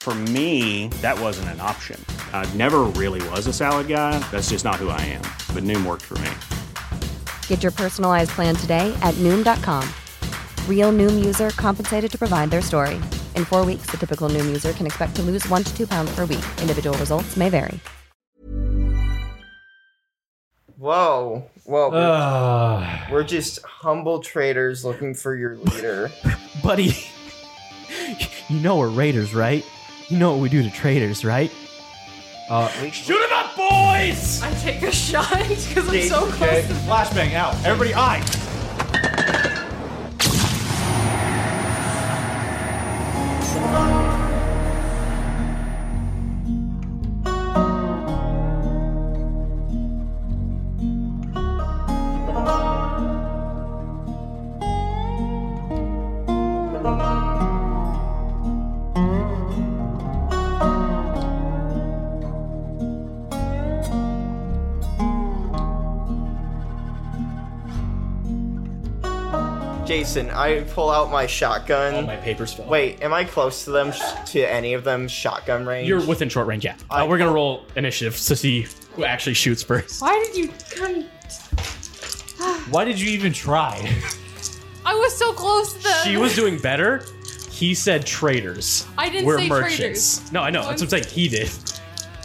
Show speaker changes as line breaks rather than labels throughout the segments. For me, that wasn't an option. I never really was a salad guy. That's just not who I am. But Noom worked for me.
Get your personalized plan today at Noom.com. Real Noom user compensated to provide their story. In four weeks, the typical Noom user can expect to lose one to two pounds per week. Individual results may vary.
Whoa, whoa.
Uh,
Ah.
We're just humble traders looking for your leader.
buddy, you know we're raiders, right? You know what we do to traitors, right? Uh,
Shoot him up, boys!
I take a shot because I'm so close.
Okay.
Flashbang out. Everybody, eye.
Jason, I pull out my shotgun.
All my papers fell.
Wait, am I close to them? Sh- to any of them shotgun range?
You're within short range, yeah. Uh, we're gonna roll initiative to see who actually shoots first.
Why did you come?
Why did you even try?
I was so close to them.
She was doing better. He said traitors.
I didn't
we're
say
merchants.
traitors.
No, I know.
So
That's
I'm-
what I'm saying. He did.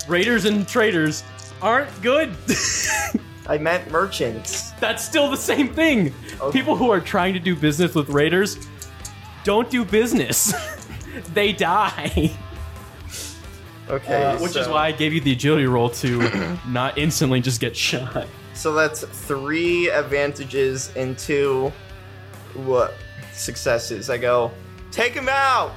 Raiders and traitors aren't good.
I meant merchants.
That's still the same thing. People who are trying to do business with raiders don't do business. they die.
Okay,
Uh, Which is
so-
why I gave you the agility roll to not instantly just get shot.
So that's three advantages and two what successes. I go, take him out.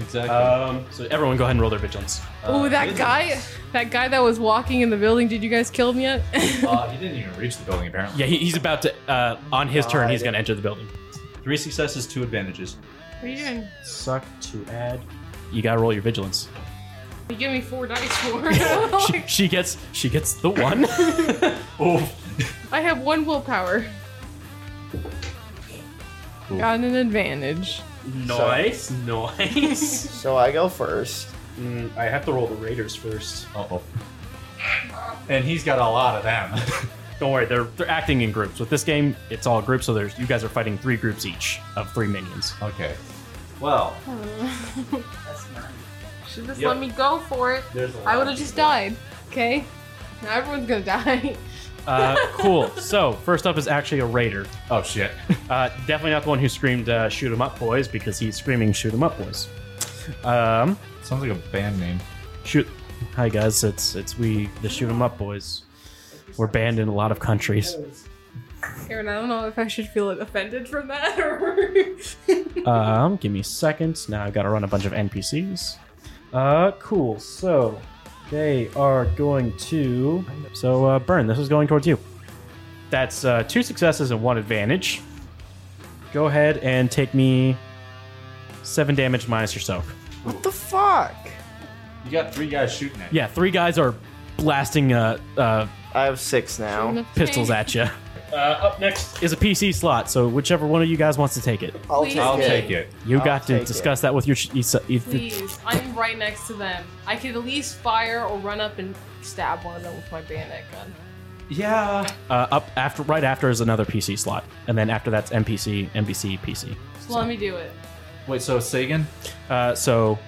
Exactly.
Um, so everyone go ahead and roll their vigilance.
Uh,
Oh, that guy, that guy that was walking in the building. Did you guys kill him yet?
Uh, he didn't even reach the building, apparently.
Yeah, he, he's about to, uh, on his turn, he's going to enter the building.
Three successes, two advantages.
what are you doing?
Suck to add. You got to roll your vigilance.
You give me four dice for.
She, she gets she gets the one. oh,
I have one willpower. Got an advantage.
nice, nice.
So I go first.
Mm, I have to roll the raiders first.
Uh-oh. And he's got a lot of them.
Don't worry, they're they're acting in groups. With this game, it's all groups, so there's you guys are fighting three groups each of three minions.
okay. Well,
Should just
Yep.
let me go for it.
There's a
I
lot
would have
of
just
people.
died. Okay. Now everyone's gonna die.
Uh, cool. So first up is actually a raider.
oh shit.
Uh, definitely not the one who screamed uh, "shoot 'em up, boys" because he's screaming "shoot 'em up, boys." Um,
Sounds like a band name.
shoot. Hi guys, it's it's we the shoot 'em up boys. We're banned in a lot of countries.
Aaron, I don't know if I should feel offended from that or.
Um, give me a second. Now I've got to run a bunch of NPCs. Uh, cool. So they are going to. So uh, burn. This is going towards you. That's uh, two successes and one advantage. Go ahead and take me seven damage minus your soak.
What the fuck?
You got three guys shooting at you.
Yeah, three guys are blasting uh, uh,
I have six now.
pistols at you. Uh, up next is a PC slot, so whichever one of you guys wants to take it.
I'll
Please.
take
I'll
it.
take it.
You
I'll
got to
take it.
discuss that with your. Sh- Issa- if-
Please, I'm right next to them. I could at least fire or run up and stab one of them with my bayonet gun.
Yeah.
uh, up after right after is another PC slot, and then after that's NPC, NPC, PC.
So let me do it.
Wait, so Sagan?
Uh, so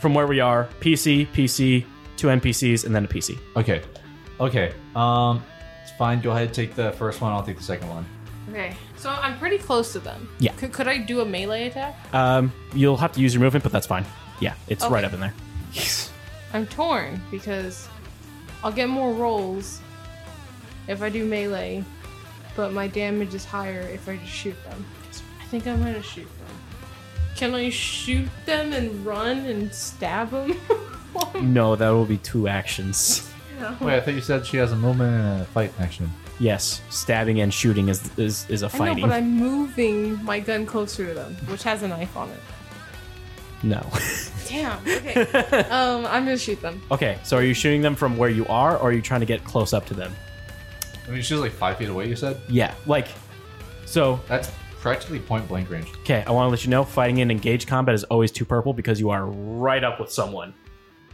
from where we are, PC, PC, two NPCs, and then a PC.
Okay. Okay. Um, it's fine. Go ahead. Take the first one. I'll take the second one.
Okay, so I'm pretty close to them.
Yeah.
Could, could I do a melee attack?
Um, you'll have to use your movement, but that's fine. Yeah, it's right up in there.
I'm torn because I'll get more rolls if I do melee, but my damage is higher if I just shoot them. I think I'm gonna shoot them. Can I shoot them and run and stab them?
No, that will be two actions.
Wait, I thought you said she has a movement and a fight action.
Yes, stabbing and shooting is is, is a
I know,
fighting.
but I'm moving my gun closer to them, which has a knife on it.
No.
Damn. Okay. um, I'm gonna shoot them.
okay, so are you shooting them from where you are, or are you trying to get close up to them?
I mean, she's like five feet away. You said
Yeah, like, so
that's practically point blank range.
okay. I want to let you know, fighting in engaged combat is always two purple because you are right up with someone.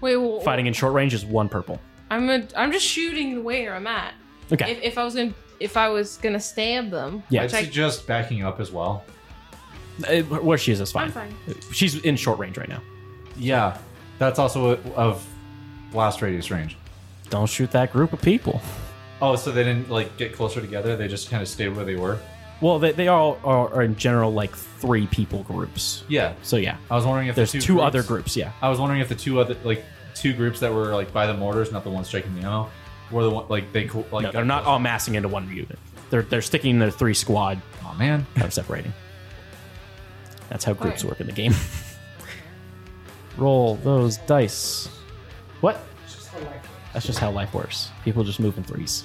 Wait. Well,
Fighting in short range is one purple.
I'm a, I'm just shooting where I'm at.
Okay.
If, if I was gonna if I was gonna stab them,
Yeah.
I'd
Check.
suggest backing up as well.
Uh, Where she is is fine.
I'm fine.
She's in short range right now.
Yeah, that's also a, of blast radius range.
Don't shoot that group of people.
Oh, so they didn't like get closer together. They just kind of stayed where they were.
Well, they, they all are, are in general like three people groups.
Yeah.
So yeah, Uh,
I was wondering if the
there's two,
groups-
other groups. Yeah.
I was wondering if the two other like two groups that were like by the mortars, not the ones striking the ammo, were the one like they co- like
No, they're not all massing into one unit. They're they're sticking their three squad
Oh man.
kind of separating. That's how groups
Alright.
work in the game. Roll those dice. What? That's just how life works. People just move in threes.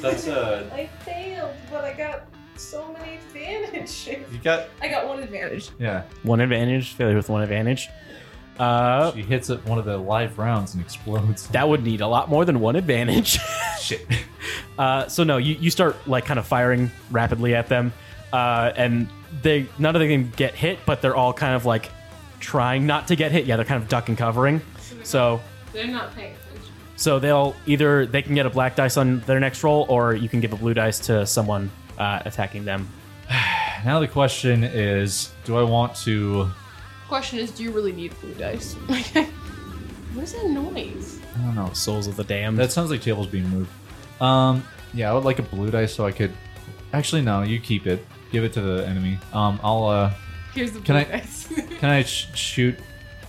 That's uh
I failed, but I got so many advantages.
you got
I got one advantage.
yeah.
One advantage, failure with one advantage. Uh,
She hits at one of the live rounds and explodes.
that would need a lot more than one advantage.
shit.
Uh, so no, you, you start like kind of firing rapidly at them, uh, and they none of them get hit, but they're all kind of like trying not to get hit. Yeah, they're kind of ducking, covering. So
They're not paying attention.
so they'll either they can get a black dice on their next roll, or you can give a blue dice to someone uh, attacking them.
Now the question is, do I want to?
Question is, do you really need blue dice? what is that noise?
I don't know.
Souls of the damned.
That sounds like tables being moved. Um, yeah, I would like a blue dice so I could. Actually, no, you keep it. Give it to the enemy. Um, I'll uh,
Here's the blue
Can I-
dice.
can I sh- shoot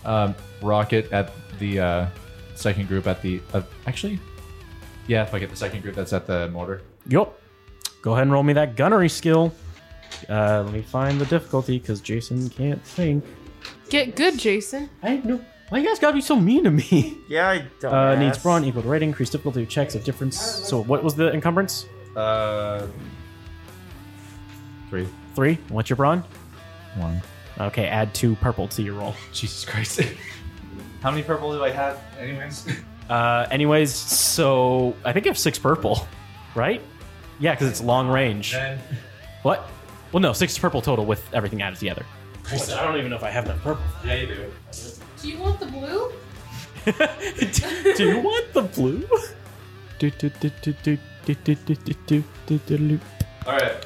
um, rocket at the uh, second group at the uh, actually? Yeah, if I get the second group that's at the mortar.
yup. Go ahead and roll me that gunnery skill. Uh, let me find the difficulty because Jason can't think.
Get good, Jason.
I know. Why you guys gotta be so mean to me?
Yeah, I don't.
Uh, needs brawn equal to rating, increased difficulty of checks of difference. So what was the encumbrance?
Uh, three,
Three. What's your brawn?
one.
Okay, add two purple to your roll.
Jesus Christ! How many purple do I have, anyways?
Uh, anyways, so I think you have six purple, right? Yeah, because it's long range.
Then
What? Well, no, six purple total with everything added together. I don't even know if I have that purple.
yeah, you do.
Do you want the blue?
do, do you want the blue? Do, do, do, do, do, do, do, do, do, do, do, do, do.
All right.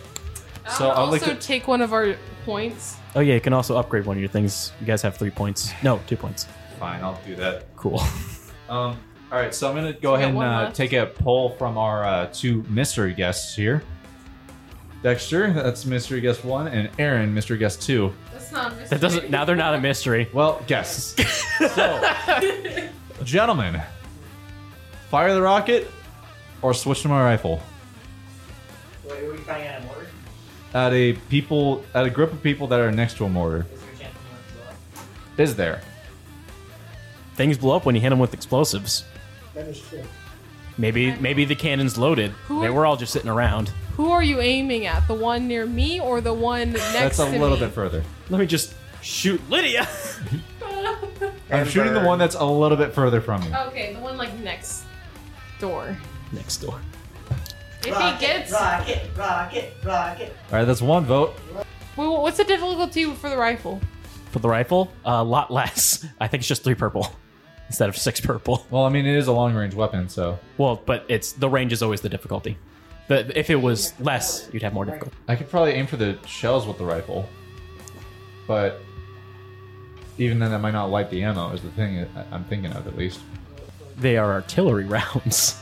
So
I'll
I'll look
also
at-
take one of our points.
Oh yeah, you can also upgrade one of your things. You guys have three points. No, two points.
Fine, I'll do that.
Cool.
Um, all right, so I'm gonna go ahead and
one
uh,
left.
take a poll from our uh, two mystery guests here. Dexter, that's mystery guest one, and Aaron, mystery guest two.
That's not.
That doesn't. Now they're not a mystery.
Well, guests. so, gentlemen, fire the rocket or switch to my rifle
Wait, are we fighting at a mortar?
at a people at a group of people that are next to a mortar.
Is there a chance someone will blow up?
Is there?
Things blow up when you hit them with explosives.
That is true.
Maybe maybe the cannon's loaded.
Who-
They were all just sitting around.
Who are you aiming at? The one near me or the one next
That's a
to
little
me?
bit further.
Let me just shoot Lydia.
I'm shooting the one that's a little bit further from you.
Okay, the one like next door.
Next door.
If he gets,
rocket, rocket, rocket.
All right, that's one vote.
well, what's the difficulty for the rifle?
For the rifle, a lot less. I think it's just three purple instead of six purple.
Well, I mean, it is a long range weapon, so
Well, but it's the range is always the difficulty. The, if it was less, you'd have more difficulty.
I could probably aim for the shells with the rifle, but even then, that might not light the ammo. Is the thing I- I'm thinking of at least.
they are artillery rounds.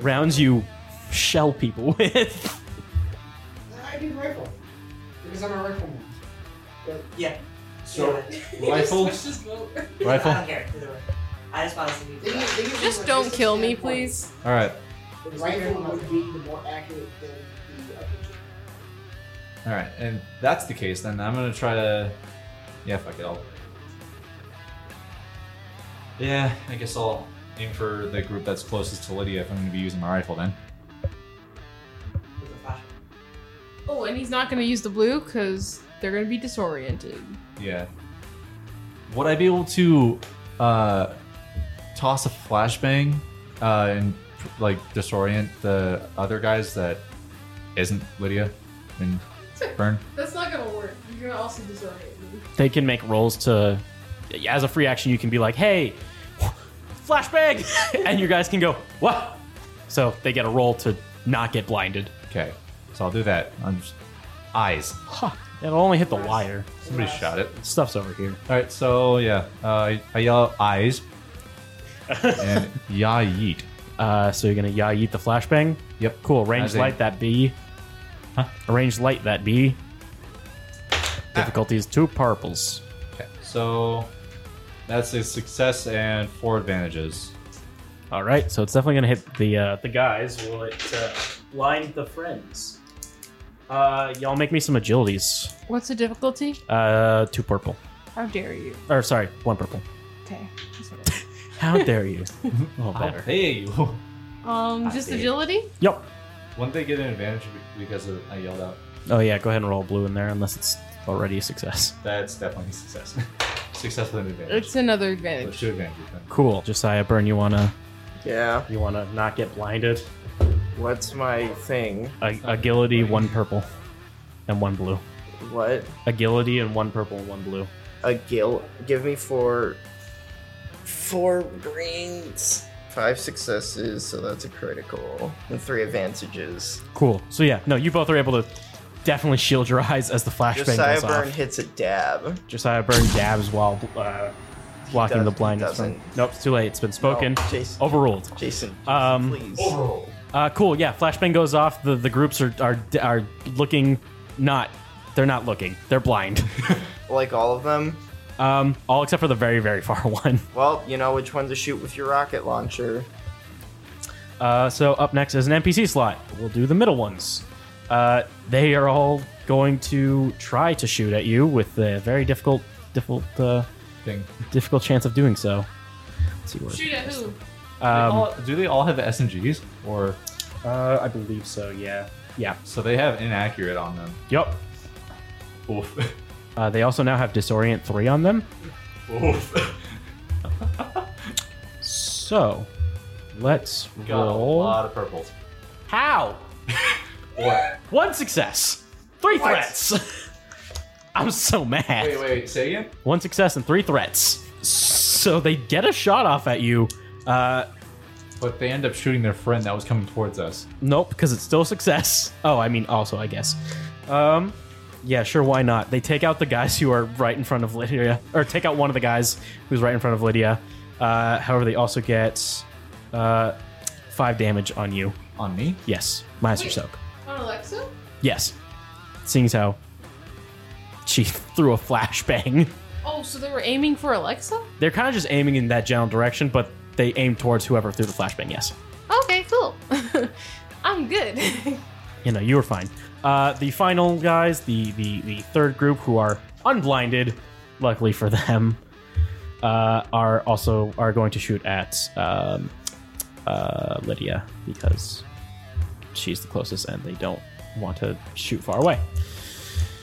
rounds you shell people with.
I do rifle because I'm a rifle man. But yeah.
So,
Yeah.
rifle?
Switch this boat.
Rifle?
I don't care. either way. I just honestly need to die.
Just don't kill me, please.
All right.
The rifle would be the more accurate than the other two.
All right, and if that's the case. Then I'm gonna try to. Yeah, fuck it. I'll. Yeah, I guess I'll aim for the group that's closest to Lydia if I'm gonna be using my rifle then.
With the flash.
Oh, and he's not gonna use the blue because they're gonna be disoriented.
Yeah. Would I be able to uh, toss a flashbang uh, and like disorient the other guys that isn't Lydia and Burn?
That's not gonna work. You're gonna also disorient me.
They can make rolls to. As a free action, you can be like, hey, flashbang! and you guys can go, what? So they get a roll to not get blinded.
Okay, so I'll do that. I'm just eyes.
Huh, it'll only hit the wire.
Somebody shot it.
Stuff's over here.
All right, so yeah, uh, I- I yell eyes and ya yeet.
Uh, so you're gonna yeah eat the flashbang.
Yep.
Cool. Range
As a-
light that B. Huh? Range light that B. Difficulty is two purples.
Ah. Okay, so that's a success and four advantages.
All right, so it's definitely gonna hit the uh, the guys. Will it uh, blind the friends? Uh, y'all make me some agilities.
What's the difficulty?
Uh, two purple.
How dare you?
Or sorry, one purple.
Okay. that's what
How dare you? Oh, better.
Hey, you.
I- Um, just
dare you.
agility.
Yep.
Wouldn't they get an advantage be- because of, I yelled out?
Oh yeah, go ahead and roll blue in there unless it's already a success.
That's definitely a success. success with an advantage.
It's another
But
advantage.
two advantages. then.
Cool, Josiah Burn. You wanna
Yeah.
you wanna not get blinded?
What's my thing?
A- agility, one purple, and one blue.
What?
Agility and one purple, and one blue.
A gill? Give me four,
Four greens.
five successes, so that's a critical, and three advantages.
Cool. So yeah, no, you both are able to definitely shield your eyes as the flashbang
Josiah
goes
Burn
off.
hits a dab.
Josiah Burn dabs while uh, blocking
does-
the
he
blindness. from-
doesn't.
Nope, it's too late. It's been spoken.
No, Jason.
Overruled.
Jason, Jason,
Um,
please.
Uh, cool. Yeah, flashbang goes off. The the groups are are are looking not. They're not looking. They're blind.
Like all of them.
um, all except for the very very far one.
Well, you know which one to shoot with your rocket launcher.
Uh, so up next is an NPC slot. We'll do the middle ones. Uh, they are all going to try to shoot at you with a very difficult difficult uh,
Thing.
difficult chance of doing so. Let's see where.
Shoot at who?
They all- Um, do they all have SMGs or
Uh, I believe so. Yeah. Yeah.
so they have inaccurate on them?
Yep.
Oof.
Uh, they also now have disorient three on them.
Oof.
So let's
Got a
roll.
lot of purples.
How?
What?
One success, three threats. I'm so mad.
Wait, wait, say again?
One success and three threats. So they get a shot off at you. Uh,
But they end up shooting their friend that was coming towards us.
nope, because it's still a success. Oh, I mean, also, I guess. Um, yeah, sure, why not? They take out the guys who are right in front of Lydia, or take out one of the guys who's right in front of Lydia. Uh, however, they also get uh, five damage on you.
On me?
Yes, minus your soak.
On Alexa?
Yes, seeing as how she threw a flashbang.
Oh, so they were aiming for Alexa?
They're kind of just aiming in that general direction, but they aim towards whoever threw the flashbang. Yes.
Okay, cool. I'm good.
you know, you were fine. Uh, the final guys, the, the the third group who are unblinded, luckily for them, uh, are also are going to shoot at um, uh, Lydia because she's the closest, and they don't want to shoot far away.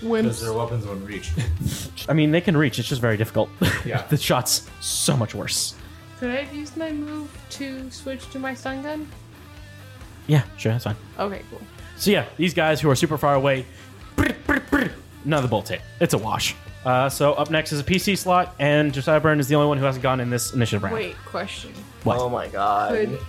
Because their weapons wouldn't reach.
I mean, they can reach; it's just very difficult.
Yeah.
the shots so much worse.
Could I have used my move to switch to my stun gun?
Yeah, sure, that's fine.
Okay, cool.
So yeah, these guys who are super far away, brr, brr, brr, none of the bolts hit. It's a wash. Uh, so up next is a PC slot, and Josiah Byrne is the only one who hasn't gone in this initiative round.
Wait, question.
What?
Oh my god.
Could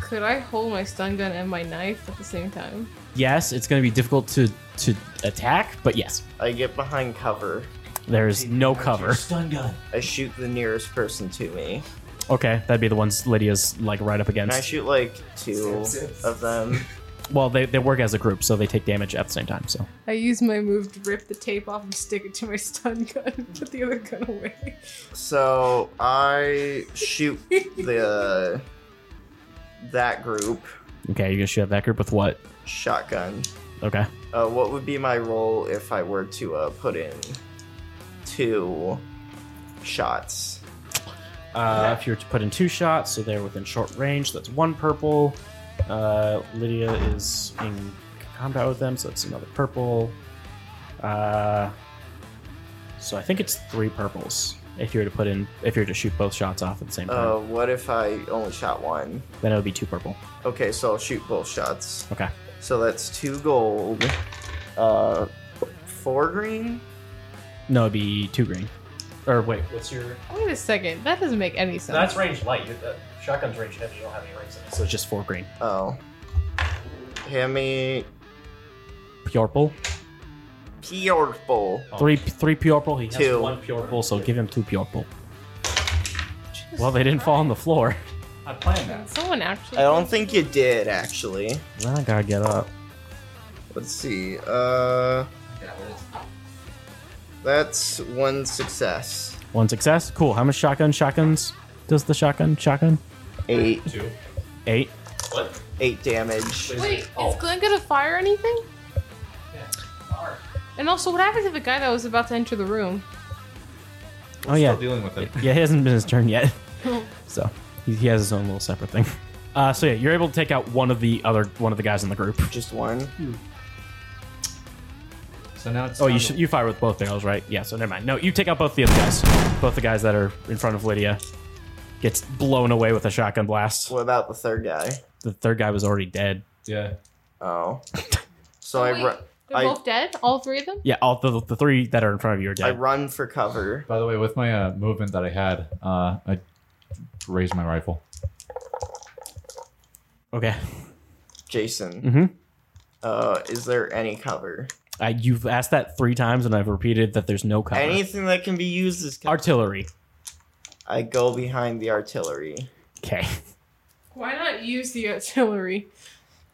could I hold my stun gun and my knife at the same time?
Yes, it's going to be difficult to to attack, but yes,
I get behind cover.
There's no cover.
gun.
I shoot the nearest person to me.
Okay, that'd be the ones Lydia's like right up
And I
against.
shoot like two of them.
Well, they, they work as a group, so they take damage at the same time. So
I use my move to rip the tape off and stick it to my stun gun and put the other gun away.
So I shoot the that group
okay, you're gonna shoot at that group with what?
shotgun.
Okay,
Uh, what would be my role if I were to uh, put in two shots?
uh, if you were to put in two shots, so they're within short range. That's one purple. Uh, Lydia is in combat with them, so that's another purple. Uh, so I think it's three purples. If you were to put in, if you were to shoot both shots off at the same time,
Uh, what if I only shot one?
then it would be two purple.
Okay, so I'll shoot both shots.
Okay.
So that's two gold, uh, four green.
No, it'd be two green. Or wait, what's your?
Wait a second, that doesn't make any sense.
That's range light. Your- uh, shotgun's range heavy. You don't have any rings in it, so it's just four green.
Oh, hand me
Purple.
purple.
Three, three purple. He has
Two.
one purple, so give him two purple. Well, they didn't fall on the floor.
I planned that.
Someone actually.
I don't think you did actually.
Well, I gotta get up.
Let's see. Uh, that's one success.
One success. Cool. How much shotgun shotguns does the shotgun shotgun?
Eight,
Two.
Eight.
What?
eight damage.
Wait,
Oh.
is Glenn gonna fire anything? And also, what happens if a guy that was about to enter the room?
oh yeah.
Still dealing with it.
Yeah, he hasn't been his turn yet. so he, he has his own little separate thing. Uh, so yeah, you're able to take out one of the other one of the guys in the group.
Just one.
So now it's
Oh,
time
you
to-
should, you fire with both barrels, right? Yeah. So never mind. No, you take out both the other guys. Both the guys that are in front of Lydia gets blown away with a shotgun blast.
What about the third guy?
The third guy was already dead.
Yeah.
Oh. So
Wait,
I, ru-
they're
I-
both dead? All three of them?
Yeah, all the, the three that are in front of you are
I
dead.
run for cover.
By the way, with my uh, movement that I had, uh, I raised my rifle.
Okay.
Jason,
Mhm.
uh, is there any cover?
I, you've asked that three times, and I've repeated that there's no cover.
Anything that can be used as cover.
Artillery.
I go behind the artillery
Okay.
Why not use the artillery?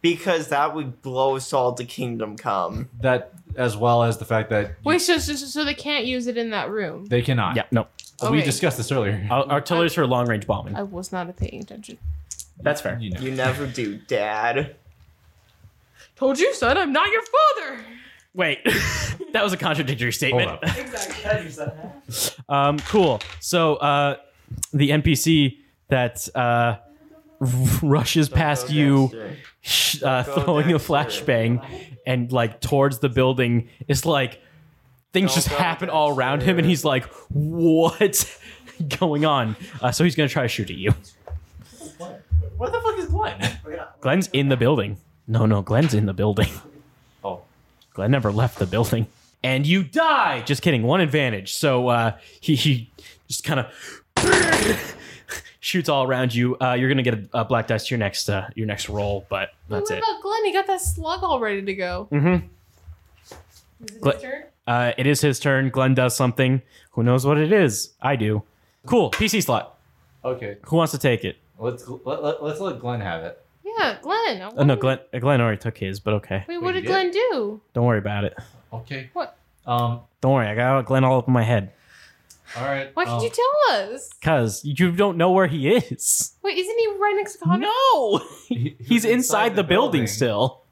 because that would blow us all to kingdom come.
That, as well as the fact that you-
Wait, so, so, so they can't use it in that room?
they cannot.
Yeah. No.
We
Okay.
discussed this earlier.
Ar- Artillery's for long range bombing.
I was not paying attention.
That's fair.
You know.
You never do, Dad.
Told you, son, I'm not your father!
Wait, that was a contradictory statement.
Hold up.
Um, cool. So uh, the NPC that uh, rushes past you, sh- uh,
Don't go
throwing a
downstairs.
flashbang, and like towards the building is like things
Don't
just
go
happen all around him, and he's like, "What's going on?" Uh, so he's gonna try to shoot at you.
What the fuck is Glenn?
Glenn's in the building. No, no, Glenn's in the building.
Oh.
Glenn never left the building. And you die! Just kidding, one advantage. So uh, he, he just kind of shoots all around you. Uh, you're going to get a, a black dice to your next, uh, your next roll, but that's
what
it.
about Glenn? He got that slug all ready to go.
Mhm.
Is it
Glenn-
his turn?
Uh, it is his turn. Glenn does something. Who knows what it is? I do. Cool, PC slot.
Okay.
Who wants to take it?
Let's let, let, let's let Glenn have it.
Yeah, Glenn. I
Oh, no,
wonder-
Glenn, uh, Glenn already took his, but okay.
Wait, what
Wait,
did
you
Glenn do?
Don't worry about it.
Okay.
What?
Um.
Don't worry, I got Glenn all up in my head.
All right.
Why
um,
did you tell us?
Because you don't know where he is.
Wait, isn't he right next to Connor?
No!
he- he
He's
was
inside the, building, still.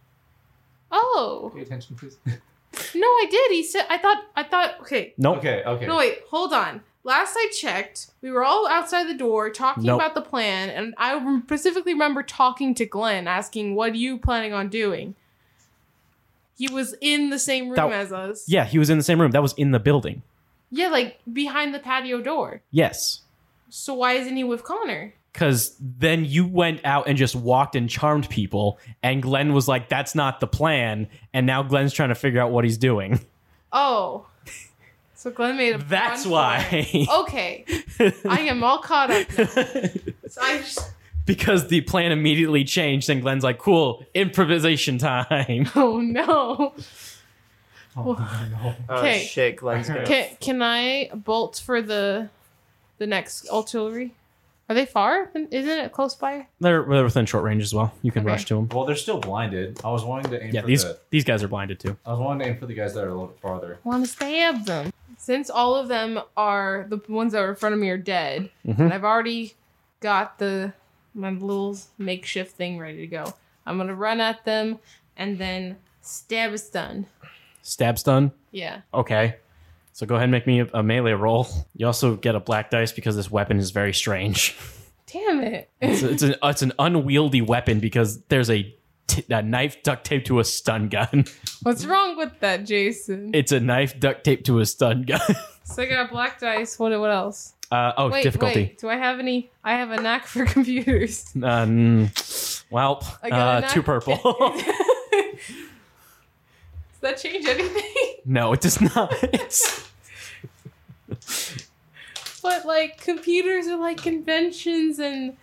Oh
Pay attention, please.
no, I did. He said. I thought. I thought. Okay.
Nope.
Okay. Okay.
No, wait. Hold on. Last I checked, we were all outside the door talking
Nope.
about the plan, and I rem- specifically remember talking to Glenn, asking, "What are you planning on doing?" He was in the same room
That-
as us.
Yeah, he was in the same room. That was in the building.
Yeah, like behind the patio door.
Yes.
So why isn't he with Connor?
Because then you went out and just walked and charmed people, and Glenn was like, that's not the plan. And now Glenn's trying to figure out what he's doing.
Oh. So Glenn made a
That's
run for
why.
it. Okay. I am all caught up. Now. So I just-
because the plan immediately changed, and Glenn's like, cool, improvisation time.
oh no.
Oh,
Okay.
shit, Glenn's gonna-
Can, can I bolt for the the next artillery? Are they far? Isn't it close by?
They're, they're within short range as well. You can
Okay.
rush to them.
Well, they're still blinded. I was wanting to aim
Yeah,
for
these
the.
these guys are blinded too.
I was wanting to aim for the guys that are a little bit farther.
want to stab them. Since all of them are the ones that were in front of me are dead,
Mhm.
and I've already got the my little makeshift thing ready to go, I'm gonna run at them and then stab a stun.
Stab stun.
Yeah.
Okay. So go ahead and make me a, a melee roll. You also get a black dice because this weapon is very strange.
Damn it.
It's, it's an it's an unwieldy weapon because there's a, t- a knife duct taped to a stun gun.
What's wrong with that, Jason?
It's a knife duct taped to a stun gun.
so I got black dice. What? What else?
Uh, oh,
wait,
difficulty.
Wait, do I have any? I have a knack for computers.
Um, well,
I got a
uh,
knife.
two purple.
Does that change anything?
no, it does not.
But like computers are like conventions and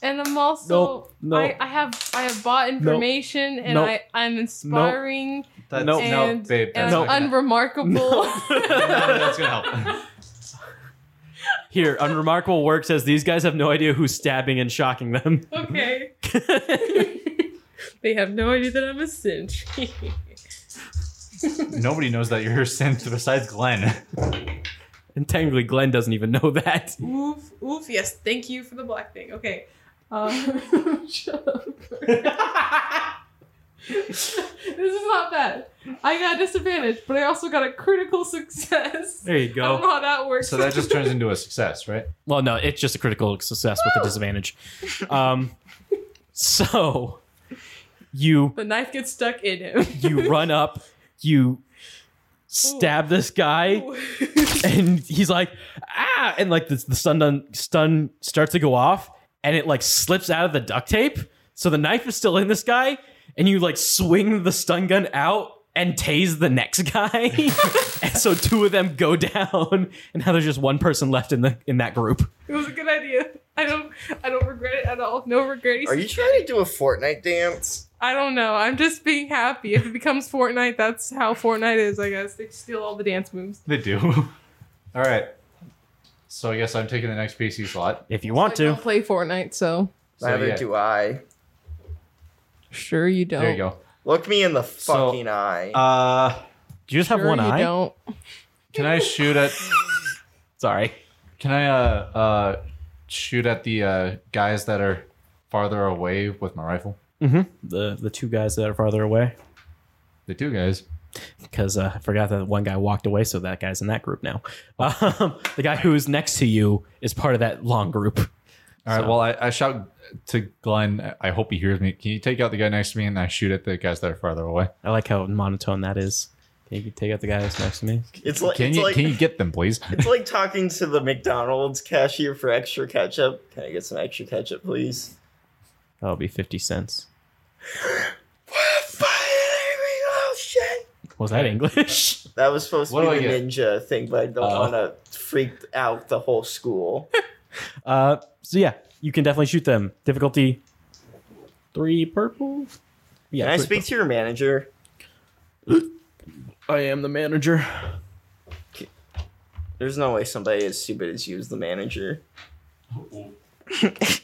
and I'm also
Nope, no.
I, I have I have bought information and
nope.
I, I'm inspiring
That's,
Nope.
and,
No, babe,
and
that's not gonna-
unremarkable.
that's gonna help.
Here, unremarkable work says these guys have no idea who's stabbing and shocking them.
okay. they have no idea that I'm a cinch.
Nobody knows that you're sent besides Glenn.
And technically, Glenn doesn't even know that.
oof, oof, yes, thank you for the black thing. Okay. Um, shut up. this is not bad. I got disadvantage, but I also got a critical success.
There you
I don't know
go.
how that works.
So that just turns into a success, right?
Well, no, it's just a critical success with a disadvantage. Um, so you
the knife gets stuck in him.
you run up, you stab this guy, and he's like, ah, and like the, the stun dun- stun starts to go off, and it like slips out of the duct tape. So the knife is still in this guy, and you like swing the stun gun out and tase the next guy. and so two of them go down, and now there's just one person left in the in that group.
It was a good idea. I don't I don't regret it at all. No regrets.
Are you trying to do a Fortnite dance?
I don't know. I'm just being happy. If it becomes Fortnite, that's how Fortnite is, I guess. They steal all the dance moves.
They do. All right. So I guess I'm taking the next PC slot.
If you want
I
to,
don't play Fortnite, so
So,
Neither
yeah,
do I.
sure you don't.
There you go.
Look me in the
So,
fucking eye.
Uh,
do you just have
Sure
one
you
eye?
don't.
can I shoot at?
Sorry.
Can I uh, uh shoot at the uh, guys that are farther away with my rifle?
Mm-hmm. The the two guys that are farther away.
The two guys.
because uh, I forgot that one guy walked away, so that guy's in that group now. Um, the guy who is next to you is part of that long group.
All right. Well, I, I shout to Glenn. I hope he hears me. Can you take out the guy next to me and I shoot at the guys that are farther away?
I like how monotone that is. Can you take out the guy that's next to me?
it's like,
Can
it's,
you
like
can you get them, please?
it's like talking to the McDonald's cashier for extra ketchup. Can I get some extra ketchup, please?
That'll be fifty cents.
Oh shit!
Was that English?
That was supposed to
What Uh-huh. do I
be the
get?
ninja thing, but I don't
Oh.
want to freak out the whole school.
Uh, so yeah, you can definitely shoot them. Difficulty three purple. Yeah,
Can I
three
speak to your manager?
purple. I am the manager.
There's no way somebody as stupid as you is the manager.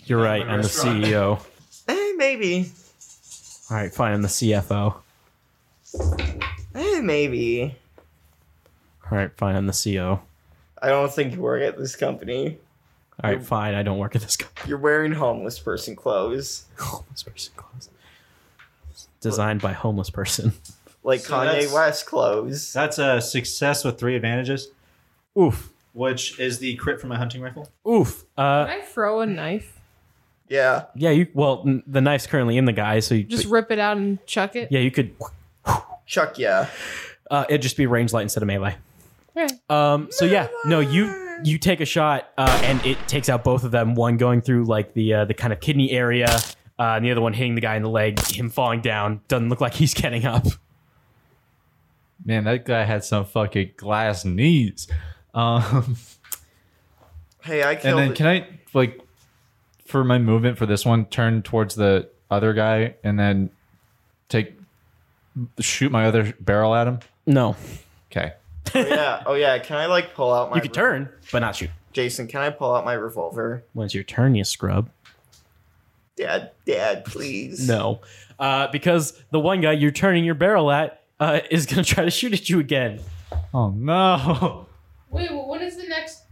You're right. I'm the CEO.
Eh, maybe.
All right, fine. I'm the CFO.
Eh, maybe.
All right, fine. I'm the CO.
I don't think you work at this company.
All right, fine. I don't work at this company.
You're wearing homeless person clothes.
homeless person clothes. Designed by homeless person.
Like
So
Kanye
that's-
West clothes.
That's a success with three advantages,
Oof.
which is the crit from my hunting rifle.
Oof. Uh,
Can I throw a knife?
Yeah.
yeah. You well, n- the knife's currently in the guy, so you
Just
just
rip it out and chuck it?
yeah, you could.
Chuck, yeah.
Uh, it'd just be range light instead of melee.
Yeah.
Um. So yeah, no, you you take a shot, uh, and it takes out both of them. One going through like the uh, the kind of kidney area, uh, and the other one hitting the guy in the leg. Him falling down doesn't look like he's getting up.
Man, that guy had some fucking glass knees. Um,
Hey, I
and
killed
then
it.
can I like for my movement for this one turn towards the other guy and then take shoot my other barrel at him?
No.
Okay.
Oh, yeah. Oh yeah. Can I like pull out my?
You could turn, but not shoot.
Jason, can I pull out my revolver?
When it's your turn, you scrub.
Dad, Dad, please.
No, uh, because the one guy you're turning your barrel at uh, is going to try to shoot at you again.
Oh no!
Wait, well, when is the next?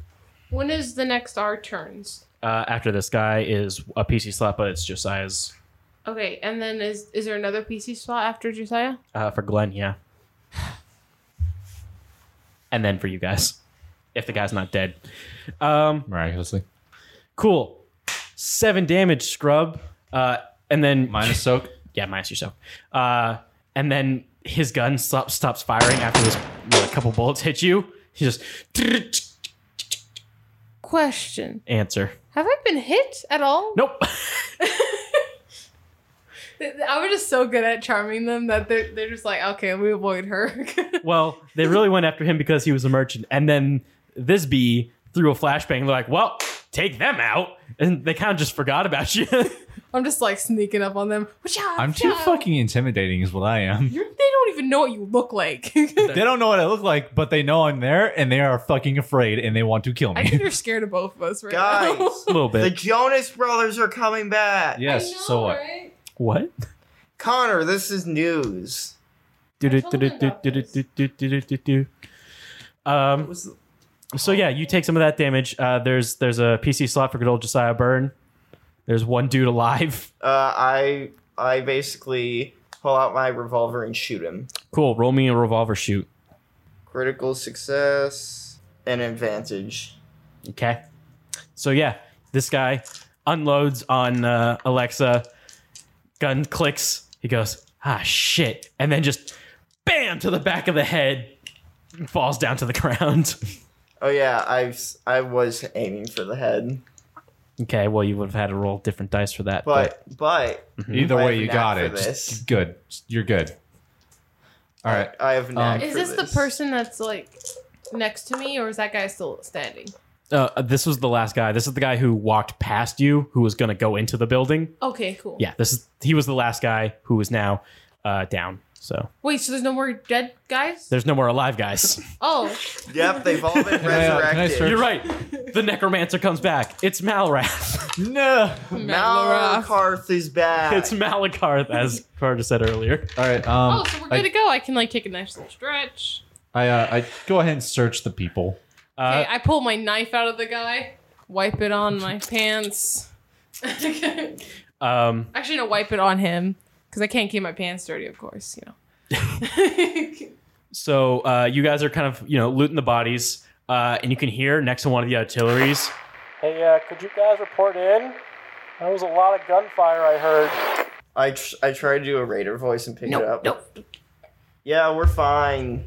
When is the next our turns?
Uh, after this guy is a PC slot, but it's Josiah's
Okay, and then is is there another PC slot after Josiah?
uh, for Glenn. Yeah, and then for you guys, if the guy's not dead. Um,
Miraculously,
cool. Seven damage, scrub. Uh, and then
minus soak.
yeah, minus your soak. Uh, and then his gun stop, stops firing after this a couple bullets hit you. He just
Question:
answer.
Have I been hit at all?
Nope.
I'm just so good at charming them that they're they're just like, okay, we avoid her.
Well, they really went after him because he was a merchant, and then this bee threw a flashbang. They're like, "Well, take them out," and they kind of just forgot about you.
I'm just like sneaking up on them. Watch out!
I'm
watch
too
out.
fucking intimidating, is what I am.
You're, they don't even know what you look like.
They don't know what I look like, but they know I'm there, and they are fucking afraid, and they want to kill
I
me.
think they're scared of both of us right now.
Guys,
a little
the
bit.
Jonas Brothers are coming back.
yes. so what?
Right?
What?
Connor, this is news.
Um.
Was-
So yeah, you take some of that damage. Uh, there's there's a PC slot for good old Josiah Byrne. There's one dude alive.
Uh, I I basically pull out my revolver and shoot him.
Cool. Roll me a revolver shoot.
Critical success and advantage.
Okay. So yeah, this guy unloads on uh, Alexa. Gun clicks. He goes, ah shit, and then just bam to the back of the head, and falls down to the ground.
Oh yeah, I I was aiming for the head,
okay, well you would have had to roll different dice for that.
but but
Hmm. Either
I
way,
have
you
a knack
got
for
it.
this.
Just good. You're good. All right. Um,
I have not.
Is this the person that's like next to me, or is that guy still standing?
uh, this was the last guy. This is the guy who walked past you, who was going to go into the building.
Okay, cool.
Yeah, this is he was the last guy who is now uh, down. So
Wait, so there's no more dead guys?
there's no more alive guys.
oh,
Yep, they've all been
I- can I
resurrected.
search-
You're right. The necromancer comes back. It's Malrath.
No.
Malrath.
Malkarth is back.
It's Malakarth, as Carter said earlier.
All right. Um.
oh, so we're good
I-
to go. I can like take a nice little stretch.
I, uh, I go ahead and search the people.
Uh,
Okay, I pull my knife out of the guy, wipe it on my pants. Actually,
Um,
no, wipe it on him because I can't keep my pants dirty, of course. You know.
so uh, you guys are kind of you know looting the bodies, uh, and you can hear next to one of the artilleries. Hey, uh, could you guys report in? That was a lot of gunfire I heard.
I tr- I tried to do a raider voice and pick it up. Nope. Yeah, we're fine.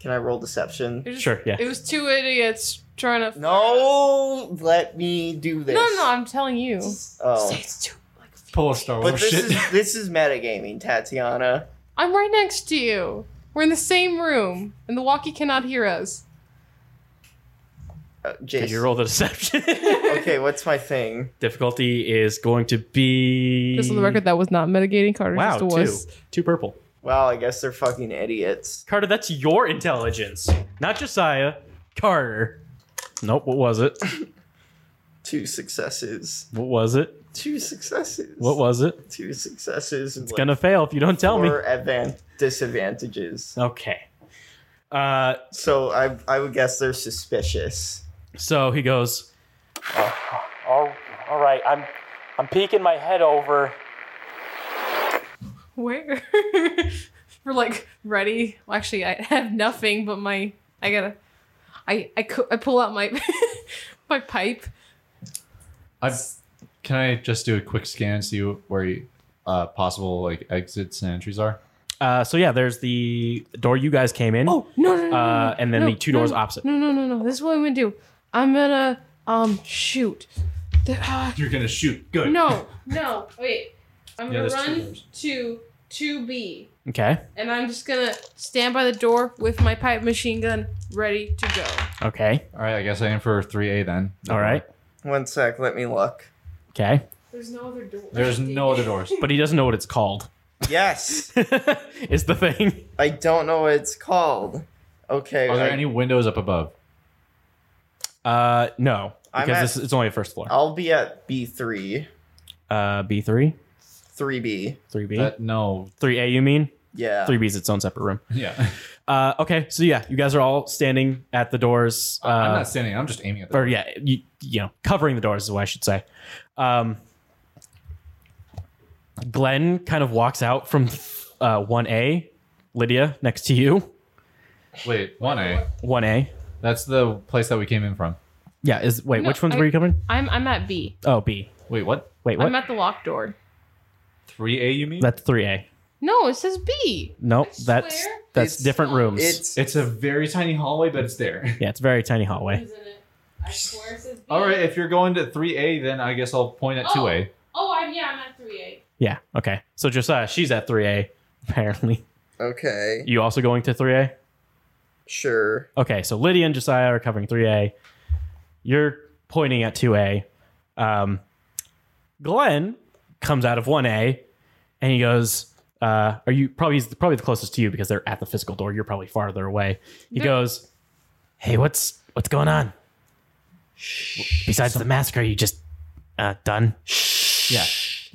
Can I roll deception?
It was-
Sure, yeah.
It was two idiots trying to.
No, let me do this.
No, no, I'm telling you.
Oh,
Pull a Star
but
Wars
this
Oh, shit.
is this is metagaming, Tatiana.
I'm right next to you. We're in the same room, and the walkie cannot hear us.
Uh,
Could you
Jason.
roll the deception?
okay, what's my thing?
Difficulty is going to be.
Just on the record, that was not mitigating. Carter
Wow,
just was.
two, two purple.
Wow, I guess they're fucking idiots.
Carter, that's your intelligence, not Josiah. Carter. Nope. What was it?
Two successes.
What was it?
Two successes.
What was it?
Two successes.
It's gonna fail if you don't tell me.
Or advan- disadvantages.
Okay. Uh,
So I I would guess they're suspicious.
so he goes. Uh, all, all right, I'm, I'm peeking my head over.
Where? We're like ready. Well, actually, I have nothing but my. I gotta. I I, co- I pull out my my pipe.
I've, can I just do a quick scan and see where you- uh, possible like exits and entries are?
Uh, so yeah, there's the door you guys came in.
Oh no no no! no,
Uh,
no,
and then
no,
the two
no,
doors
no,
opposite.
No no no no! This is what I'm gonna do. I'm gonna um shoot. The- ah,
You're gonna shoot. Good.
no no wait! I'm
Yeah,
gonna
there's two
run
doors.
to two B,
Okay.
and I'm just gonna stand by the door with my pipe machine gun ready to go.
Okay.
All right. I guess I am for three A then.
All right.
One sec, let me look.
Okay.
There's no other door.
There's no other doors.
But he doesn't know what it's called.
Yes.
is the thing.
I don't know what it's called. Okay.
Are there
I-
any windows up above?
Uh, no,
I'm
because
at-
this, it's only a first floor.
I'll be at B3.
Uh, B three,
3B.
three B.
That- Uh, no.
Three A, you mean?
Yeah.
Three B is its own separate room.
Yeah.
Uh, okay, so yeah, you guys are all standing at the doors. Uh,
I'm not standing. I'm just aiming at the
or yeah, you, you know, covering the doors is what I should say. Um, Glenn kind of walks out from uh, one A, Lydia next to you.
Wait, 1A.
One A.
That's the place that we came in from.
Yeah. Is wait,
No,
which ones
I-
were you covering?
I'm I'm at B.
Oh, B.
Wait, what?
Wait, what?
I'm at the locked door.
3A, you mean?
That's three A.
No, it says B.
Nope, that's
swear.
that's
It's-
different rooms.
It's
It's a very tiny hallway, but it's there.
yeah, it's a very tiny hallway.
I swear it says B.
All right, if you're going to 3A, then I guess I'll point at 2A.
Oh, I'm, yeah, I'm at three A.
Yeah. Okay. So Josiah, she's at 3A apparently.
Okay.
You also going to 3A?
Sure.
Okay. So Lydia and Josiah are covering 3A. You're pointing at 2A. Um, Glenn comes out of 1A and he goes, uh, "Are you probably he's probably the closest to you because they're at the physical door. You're probably farther away." He
They're-
goes, "Hey, what's what's going on? Besides the massacre, are you just uh, done?" Yeah.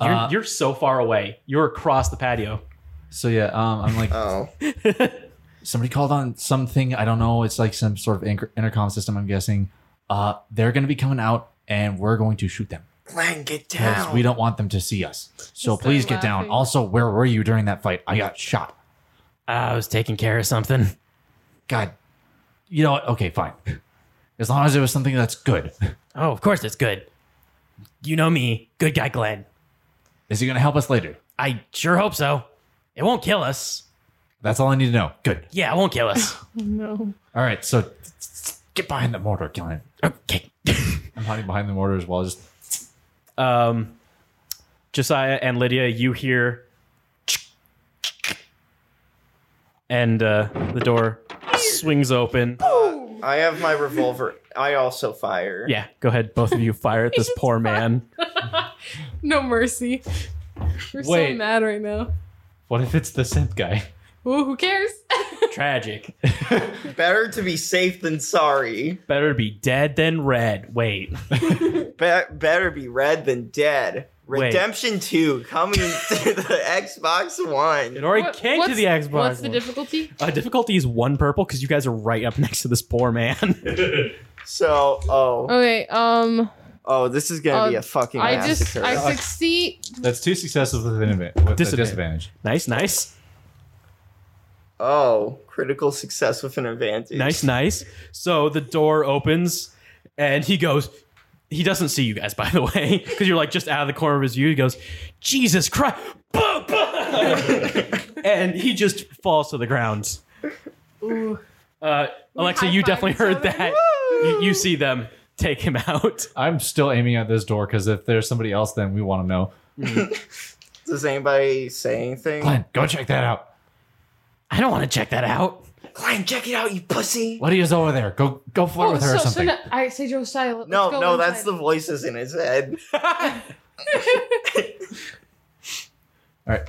You're,
Uh,
you're so far away. You're across the patio.
So yeah, um, I'm like,
Oh.
somebody called on something. I don't know. It's like some sort of inter- intercom system. I'm guessing. Uh, they're gonna be coming out, and we're going to shoot them
Glenn, get
because
down.
we don't want them to see us. So
Just
please
start
get down.
laughing.
Also, where were you during that fight? I got shot.
I was taking care of something.
God, you know what? Okay, fine. As long as it was something that's good.
Oh, of course it's good. You know me, good guy Glenn.
Is he gonna help us later?
I sure hope so. It won't kill us.
That's all I need to know. Good.
Yeah, it won't kill us.
No.
All right. So get behind the mortar, Glenn.
okay.
I'm hiding behind the mortar as well. Just
Um, Josiah and Lydia, you hear, and uh, the door swings open.
I have my revolver. I also fire.
Yeah, go ahead. Both of you fire at this poor man.
No mercy. We're so
Wait.
mad right now.
what if it's the synth guy?
Well, who cares?
Tragic.
Better to be safe than sorry.
Better be dead than red. Wait.
Be- better be red than dead.
Wait.
Redemption 2 coming to the Xbox
It
One.
already
What-
came to
what's-
the Xbox.
What's the
One.
difficulty?
Uh, difficulty is one purple because you guys are right up next to this poor man.
So, oh,
Okay. Um.
oh, this is gonna be
Uh,
a fucking
I just
massacre.
I succeed.
That's two successes with an advan- with a
Disadvantage.
disadvantage.
nice, nice,
oh, critical success with an advantage.
nice, nice. So the door opens and he goes. He doesn't see you guys, by the way, because you're like just out of the corner of his view. He goes, Jesus Christ. Boom, boom. and he just falls to the ground. Uh, Alexa, you
high-fived
definitely
each
heard
other.
that. You, you see them take him out.
I'm still aiming at this door because if there's somebody else, then we want to know.
Does anybody say anything?
Glenn, go check that out.
I don't want to check that out.
Glenn, check it out, you pussy.
Lydia's over there. Go go flirt with her or
Oh, so,
something.
So no, I say Josiah. Let's
No,
go
no, that's the
inside.
voices in his head.
All right,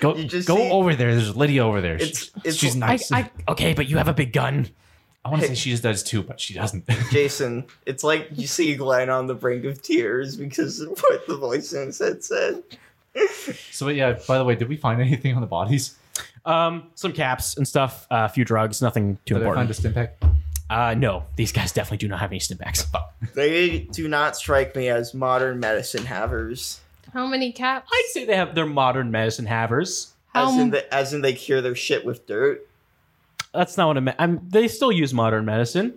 go
You just
go
see-
over there. There's Lydia over there.
It's-
She-
it's-
she's
I,
nice. I,
I, okay, but you have a big gun.
want to say she just does too, but she doesn't.
Jason, it's like you see Glenn on the brink of tears because of what the voice in his head said.
so but yeah. By the way, did we find anything on the bodies?
Um, some caps and stuff, uh, a few drugs, nothing too
Did I find
important.
a stim pack?
Uh, no, these guys definitely do not have any stimpacks.
They do not strike me as modern medicine havers.
How many caps?
I'd say they have their modern medicine havers.
How
As in,
m-
the, as in they cure their shit with dirt.
That's not what I meant. I'm, they still use modern medicine.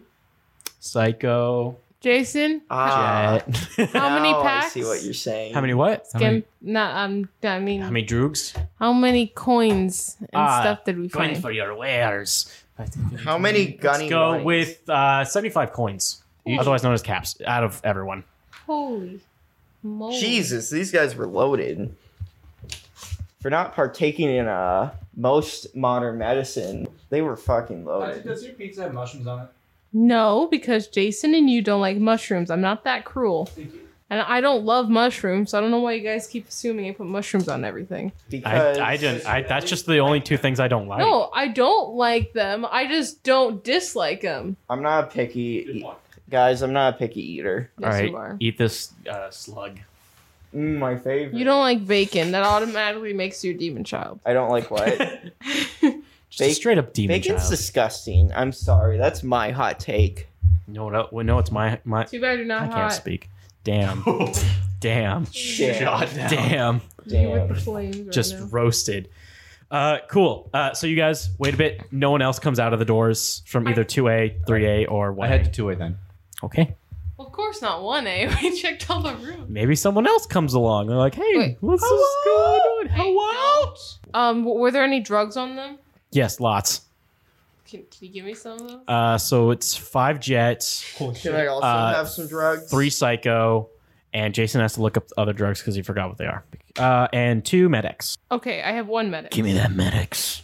Psycho.
Jason.
Ah,
jet.
How many
now
packs?
I see what you're saying.
how many what?
How
Gim-
many-
not um. I mean,
How many droogs?
how many coins and
Ah,
stuff did we
Coins
find?
for your wares.
How many gunny?
Let's go
lines?
with uh, 75 coins, otherwise known as caps, out of everyone.
Holy moly!
Jesus, these guys were loaded. For not partaking in uh most modern medicine, they were fucking loaded.
your pizza have mushrooms on it?
No, because Jason and you don't like mushrooms. I'm not that cruel. And I don't love mushrooms, so I don't know why you guys keep assuming I put mushrooms on everything.
I, I didn't. I, that's just the only two things I don't like.
no, I don't like them. I just don't dislike them.
I'm not a picky e- guys. I'm not a picky eater.
Yes, All right, you are.
eat this uh, slug.
Mm, my favorite.
You don't like bacon. That automatically makes you a demon child.
I don't like what. Just
a straight up demon
Bacon's
child.
disgusting. I'm sorry. That's my hot take.
No, no, well, no. It's my my.
Too bad you're not
I can't
hot.
speak. Damn. Damn.
Shut down.
Damn.
You're with the flames right
Just
now.
roasted. Uh, cool. Uh, so you guys wait a bit. No one else comes out of the doors from either two A, three A, or one. I head to
two A then.
Okay.
Of course not one, eh? We checked all the rooms.
Maybe someone else comes along. They're like, hey, what's this going on? Hello?
Um, w- were there any drugs on them?
Yes, lots.
Can, can you give me some of those?
Uh, so it's five jets.
Can I also
uh,
have some drugs?
Three psycho, and Jason has to look up the other drugs because he forgot what they are. Uh, and two medics.
Okay, I have one medic.
Give me that medics.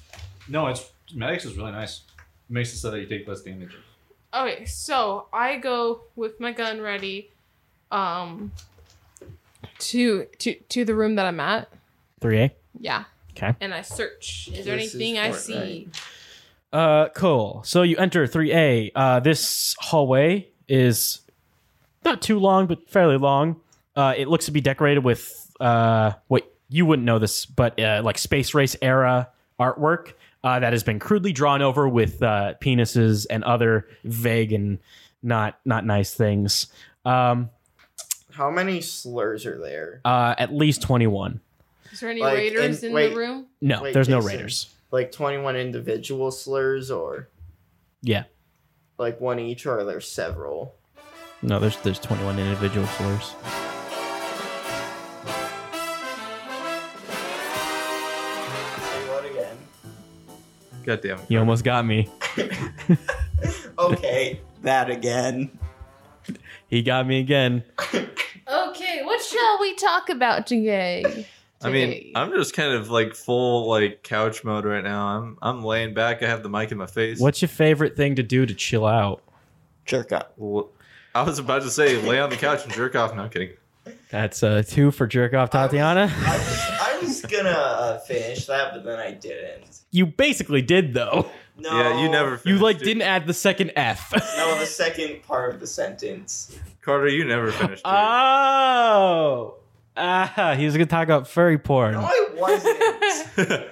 No, it's medics is really nice. It makes it so that you take less damage.
Okay, so I go with my gun ready, um, to to to the room that I'm at.
Three A.
Yeah.
Okay.
And I search. Is there
This is
anything I
Fortnite.
see?
Uh, cool. So you enter 3A. Uh, this hallway is not too long, but fairly long. Uh, it looks to be decorated with uh, what you wouldn't know this, but uh, like space race era artwork uh, that has been crudely drawn over with uh, penises and other vague and not not nice things. Um,
How many slurs are there?
uh, at least 21.
Is there any
Like,
raiders
and-
in
wait.
the room?
No,
Wait,
there's no
Jason,
raiders.
Like 21 individual slurs, or
Yeah,
like one each, or are there several?
no, there's there's 21 individual floors.
Say what again?
God damn it.
You almost got me.
Okay, that again.
He got me again.
Okay, what shall we talk about today?
I mean, I'm just kind of like full like couch mode right now. I'm I'm laying back. I have the mic in my face.
What's your favorite thing to do to chill out?
Jerk up.
Well, I was about to say lay on the couch and jerk off. No I'm kidding.
That's uh, two for jerk off Tatiana.
I was gonna uh, finish that, but then I didn't.
you basically did though.
No. Yeah, you never
You like didn't add the second F.
No, Oh, the second part of the sentence.
Carter, you never finished.
oh. Ah, he was gonna talk about furry porn.
No, I wasn't.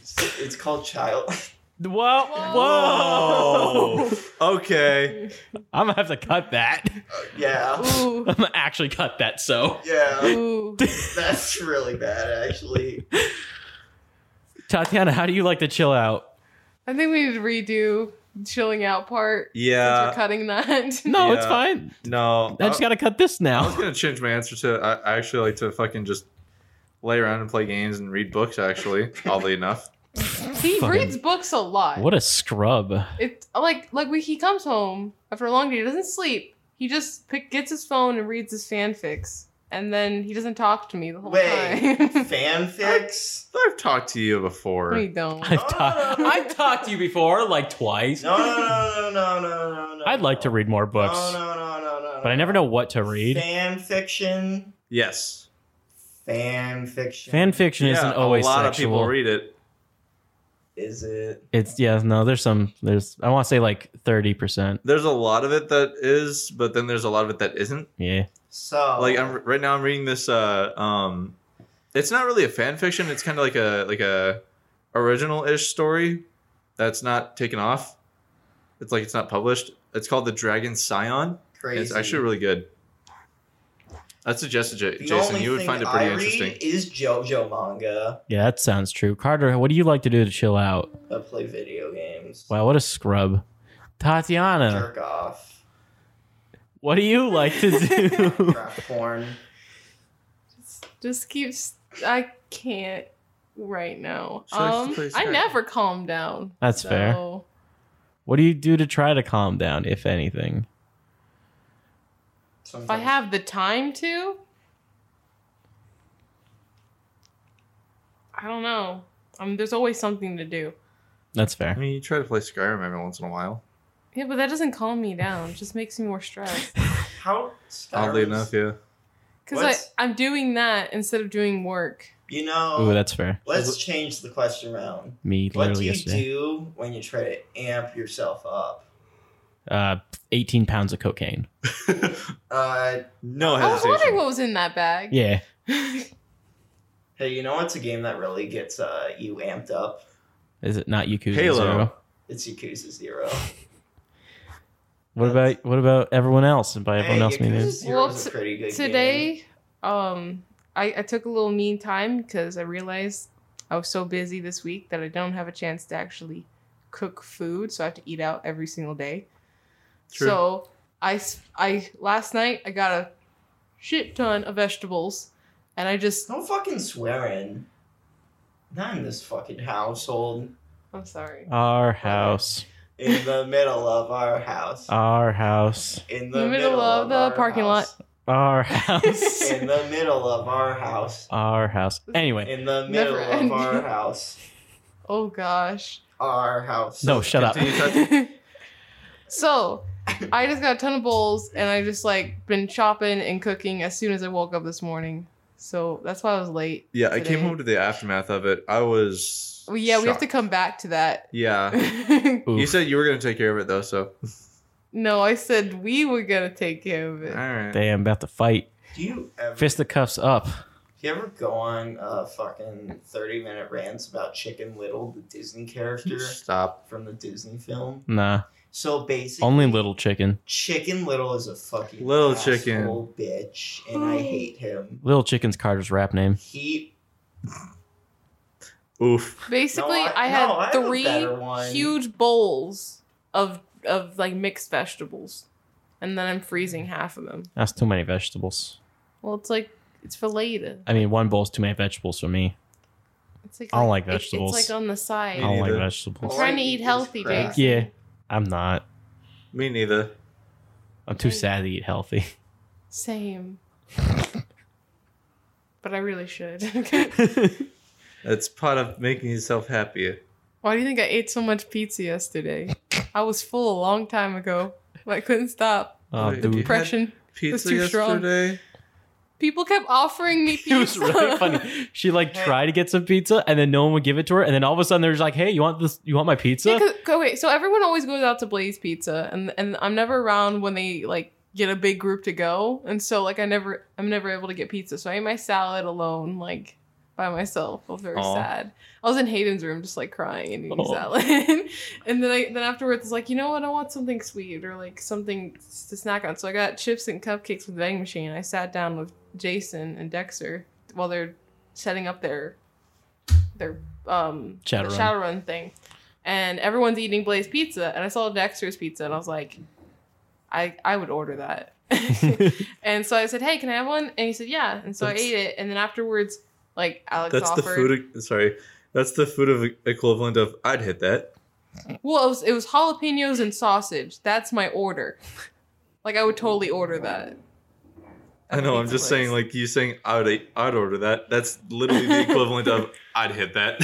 It's- it's called child.
Whoa! Whoa!
okay.
I'm gonna have to cut that.
Yeah.
I'm gonna actually cut that. So
Yeah.
Ooh.
That's really bad, actually.
Tatiana, how do you like to chill out?
I think we need to redo the chilling out part. Since
Yeah. Oh, uh,
we're cutting that.
No, it's fine.
No,
I
Uh,
just gotta cut this
I
now.
was gonna change my answer to I, I actually like to fucking just lay around and play games and read books. Actually, oddly enough,
uh,
He
Fucking-
reads books a lot.
What a scrub.
It like like we, he comes home after a long day, he doesn't sleep. He just pick, gets his phone and reads his fanfics, and then he doesn't talk to me the whole
Wait,
time.
fanfics?
I've talked to you before.
we don't.
I've, ta- I've talked to you before, like twice.
No, no, no, no, no, no, no.
I'd like to read more books,
No, no, no, no, no.
but I never know what to read.
Fan fiction.
Yes,
Fan fiction.
Fan fiction
yeah,
isn't
a
always
lot of
sexual.
people read it.
Is it?
It's yeah, no. There's some. There's I want to say like thirty percent.
There's a lot of it that is, but then there's a lot of it that isn't.
Yeah.
So.
like I'm right now I'm reading this uh um it's not really a fan fiction, it's kind of like a like a original-ish story that's not taken off. It's like it's not published. It's called The Dragon Scion.
crazy.
It's actually really good. I suggest it, J-
the
Jason.
only
You would
thing
find it pretty
I
interesting.
Read is JoJo manga.
Yeah, that sounds true. Carter, what do you like to do to chill out?
I play video games.
Wow, what a scrub. Tatiana,
Jerk off.
what do you like to do?
Craft porn.
Just keeps. I can't right now.
She likes to
um,
play
I
Skyrim.
never calm down.
That's fair.
so-
what do you do to try to calm down, if anything?
If I have the time to, I don't know. I mean, there's always something to do.
That's
I
fair.
mean, you try to play Skyrim every once in a while.
Yeah, but that doesn't calm me down. It just makes me more stressed.
How
Um,
Oddly enough, yeah.
Because I'm doing that instead of doing work.
You know.
Ooh, that's fair.
Let's change the question round. Uh,
Me
What do
literally
you
yesterday.
do when you try to amp yourself up?
Uh, 18 pounds of cocaine.
Uh,
no
I was wondering what was in that bag.
Yeah.
Hey, you know what's a game that really gets uh, you amped up?
Is it not Yakuza
Halo.
Zero?
It's Yakuza Zero.
What about what about everyone else? And by everyone
Hey,
else, meaning
Yakuza Zero is a pretty good game.
Today, um, I, I took a little mean time because I realized I was so busy this week that I don't have a chance to actually cook food, so I have to eat out every single day.
True.
So I, s- I last night I got a shit ton of vegetables, and I just
don't fucking swearing. Not in this fucking household.
I'm sorry.
our house,
In the middle of our house.
our house,
In
the middle, of the parking
our house,
lot. In the middle of our house.
our house. Anyway,
In the middle
Never
of
ending.
our house.
lot. Oh gosh.
Our house.
no, shut up.
So I just got a ton of bowls and I just like been chopping and cooking as soon as I woke up this morning. So that's why I was late.
Yeah, I
today.
came home to the aftermath of it. I was.
Well, yeah, we have to
shocked.
come back to that.
Yeah. You said you were going to take care of it, though, so.
No, I said we were gonna take care of
All
it.
right.
Damn, about to fight.
Do you ever
Fist the cuffs up.
do you ever go on uh fucking thirty minute rants about Chicken Little, the Disney character
Stop.
from the Disney film?
Nah,
So basically
only little chicken.
Chicken Little is a fucking
Little
asshole
Chicken.
bitch, and I hate him.
Little chicken's Carter's rap name.
He
Oof.
Basically,
No, I-
I, had
no, I have a better one.
three huge bowls of of like mixed vegetables, and then I'm freezing half of them.
That's too many vegetables.
Well, it's like it's for later.
I mean, one bowl's too many vegetables for me.
It's like
I don't like
it-
vegetables.
It's like on the
I
side.
don't like
neither.
I'm
vegetables.
trying to eat healthy,
crap.
babe.
Yeah, I'm not.
Me neither.
I'm too sad to eat healthy.
Same. but I really should.
That's part of making yourself happier.
Why do you think I ate so much pizza yesterday? I was full a long time ago, but I couldn't stop.
Oh,
Wait, you
dude.
had
Depression
Pizza
was too strong.
yesterday?
People kept offering me pizza.
It was really funny. She like tried to get some pizza, and then no one would give it to her. And then all of a sudden, they're just like, "Hey, you want this? You want my pizza?"
Yeah, 'cause- 'cause- wait, so everyone always goes out to Blaze Pizza, and and I'm never around when they like get a big group to go, and so like I never I'm never able to get pizza, so I ate my salad alone, like by myself. I was very
Aw.
sad. I was in Hayden's room, just like crying and eating
Aw.
salad, and then I then afterwards it's like you know what I want something sweet or like something s- to snack on, so I got chips and cupcakes with the vending machine. I sat down with Jason and Dexter while they're setting up their their um
Shadowrun.
the Shadowrun thing, and everyone's eating Blaze pizza, and I saw Dexter's pizza, and I was like, I I would order that. and so I said, Hey, can I have one? And he said, Yeah. And so
That's-
I ate it, and then afterwards, like Alex
That's the
offered.
food. e-, Sorry, that's the food of e-, equivalent of I'd hit that.
Well, it was, it was jalapenos and sausage. That's my order. Like I would totally order that.
I know. I'm just saying, like you saying, I'd eat- I'd order that. That's literally the equivalent of I'd hit that.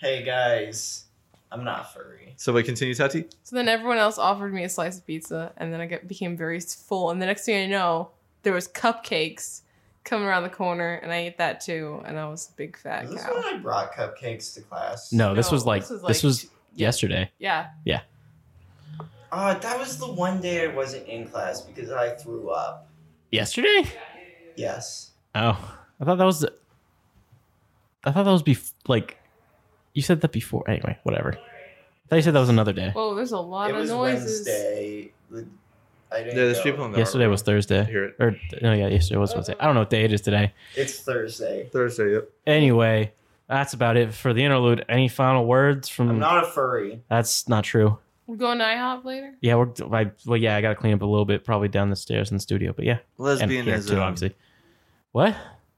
hey guys, I'm not furry.
So we continue, Tati.
So then everyone else offered me a slice of pizza, and then I get, became very full. And the next thing I know, there was cupcakes coming around the corner, and I ate that too, and I was a big fat
Is this
cow.
when I brought cupcakes to class?
no, this
No,
was like
this
this
was
was,
like-
yesterday.
Yeah,
Yeah,
Uh, that was the one day I wasn't in class because I threw up.
yesterday.
Yes.
Oh, I thought that was. I thought that was bef- like, you said that before. Anyway, whatever. I thought you said that was another day.
Whoa, Oh, there's a lot
It
of
was
noises.
Wednesday. The- I
Yeah,
didn't
there's
go.
people in the
yesterday was Thursday.
Hear it.
Or no, yeah, yesterday was Wednesday. I don't know what day it is today.
It's Thursday.
Thursday. Yep.
Anyway, that's about it for the interlude. Any final words from?
I'm not a furry.
that's not true.
We're going to IHOP later.
Yeah, we're I, well. Yeah, I got to clean up a little bit, probably down the stairs in the studio. But yeah, and here too,
Lesbianism.
obviously. What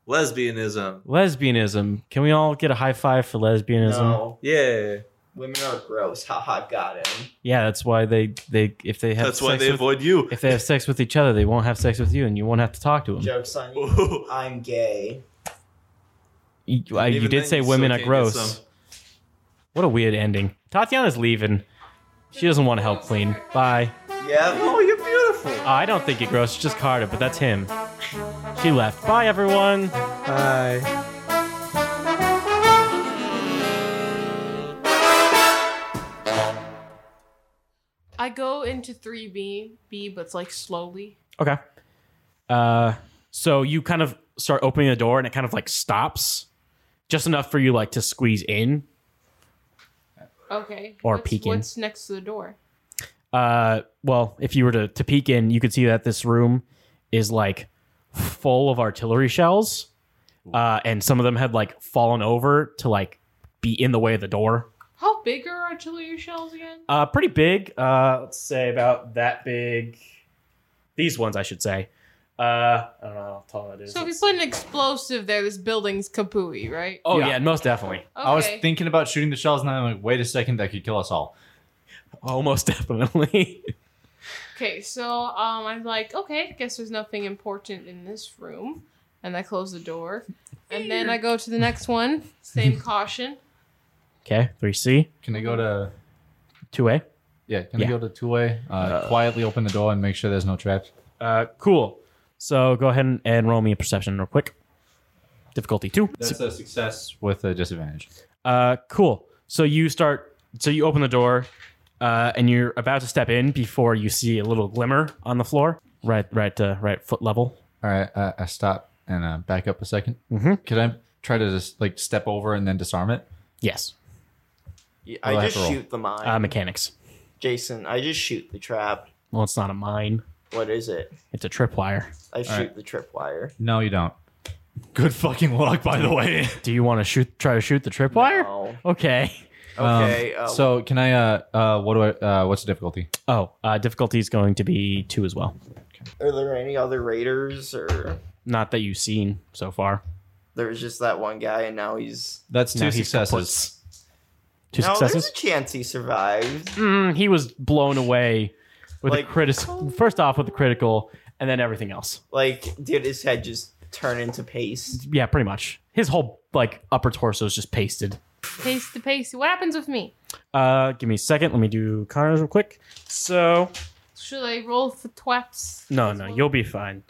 Lesbianism.
lesbianism? Can we all get a high five for lesbianism?
No,
Yeah.
women are gross. Haha, got him.
Yeah, that's why they they if they have
That's why
sex
they
with,
avoid you.
if they have sex with each other, they won't have sex with you, and you won't have to talk to them.
Jokes on you.
Ooh.
I'm gay.
You, I- you
Even
did
then,
say
you
women
still can't
are
get
gross.
some.
What a weird ending. Tatiana's leaving. She doesn't want to help clean. Bye.
Yep.
Oh, you're beautiful.
Uh, I don't think it grows. It's just Carter, but that's him. She left. Bye, everyone. Bye.
I go into 3B, B, but it's like slowly.
Okay. Uh, so you kind of start opening the door, and it kind of like stops, just enough for you like to squeeze in.
Okay.
Or
what's,
peek in.
What's next to the door?
Uh, well, if you were to, to peek in, you could see that this room is like full of artillery shells, uh, and some of them had like fallen over to like be in the way of the door.
How big are artillery shells again?
Uh, pretty big. Uh, let's say about that big. These ones, I should say. Uh, I don't know how tall that is.
So if you put an explosive there, this building's kapooey, right?
Oh, yeah, most definitely.
I was
Okay.
thinking about shooting the shells, and then I'm like, wait a second, that could kill us all.
Almost Oh, definitely.
Okay, so um, I'm like, okay, guess there's nothing important in this room, and I close the door, and then I go to the next one. Same caution.
okay, three C,
Can I go to?
two A.
Yeah, can
Yeah.
I go to two way? Uh, quietly open the door and make sure there's no traps.
Uh, cool. So go ahead and, and roll me a perception real quick. Difficulty two.
That's a success with a disadvantage.
Uh, cool. So you start. So you open the door, uh, and you're about to step in before you see a little glimmer on the floor. Right, right, uh, right foot level.
All right, I, I stop and uh, back up a 2nd
Mhm.
Could I try to just like step over and then disarm it?
Yes.
Or do
I
have
just
to roll?
shoot the mine.
Uh, mechanics.
Jason, I just shoot the trap.
Well, it's not a mine.
What is it?
It's a tripwire.
I shoot
right.
the tripwire.
No, you don't. Good fucking luck, by the way.
Do you want to shoot? Try to shoot the tripwire? Okay.
Um,
Okay, uh,
so can I? Uh, uh, what do I? Uh, what's the difficulty?
Oh, uh, difficulty is going to be two as well.
Are there any other raiders, or
Not that you've seen so far.
there was just that one guy, and now he's
That's two
Now he's
successes.
Two
no,
successes.
There's a chance he survives.
Mm, he was blown away with
Like-
a critical. First off, with the critical, and then everything else.
Like, did his head just turn into paste?
Yeah, pretty much. His whole like upper torso is just pasted.
Pace to pace. What happens with me?
Uh, give me a second. Let me do Connor's real quick. So
Should I roll for twaps?
no, no, you'll be fine.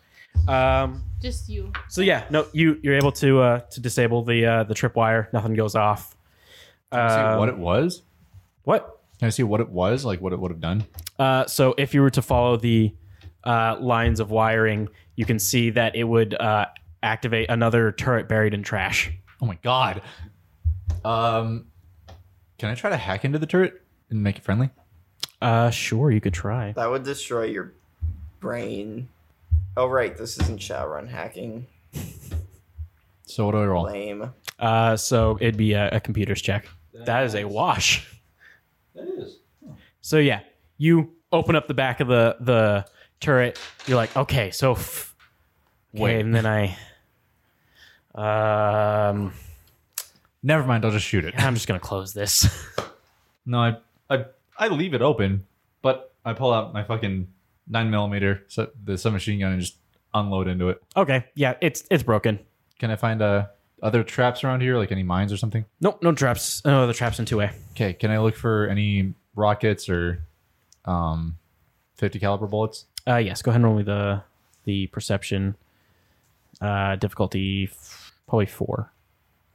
Um,
Just you.
so yeah, no, you you're able to uh to disable the uh the tripwire. Nothing goes off.
Can I see what
Um,
it was?
What?
Can I see what it was? Like what it would have done?
Uh, so if you were to follow the uh, lines of wiring, you can see that it would uh, activate another turret buried in trash.
Oh my god. Um, can I try to hack into the turret and make it friendly?
Uh, sure, you could try.
That would destroy your brain. Oh right, this isn't Shadowrun hacking.
So what do I roll?
Lame.
Uh, so it'd be a, a computer's check. That is a wash.
That is.
So yeah, you open up the back of the the turret. You're like, okay, so f- wait,
Wait.
and then I, um,
Never mind. I'll just shoot it.
I'm just gonna close this.
No, I, I, I leave it open, but I pull out my fucking nine millimeter, so the submachine gun, and just unload into it.
okay, yeah, it's it's broken.
Can I find uh, other traps around here, like any mines or something?
Nope, no traps. No other traps in two way.
Okay, can I look for any rockets or um, 50 caliber bullets?
Uh, yes, go ahead and roll me the the perception. Uh, difficulty f- probably four,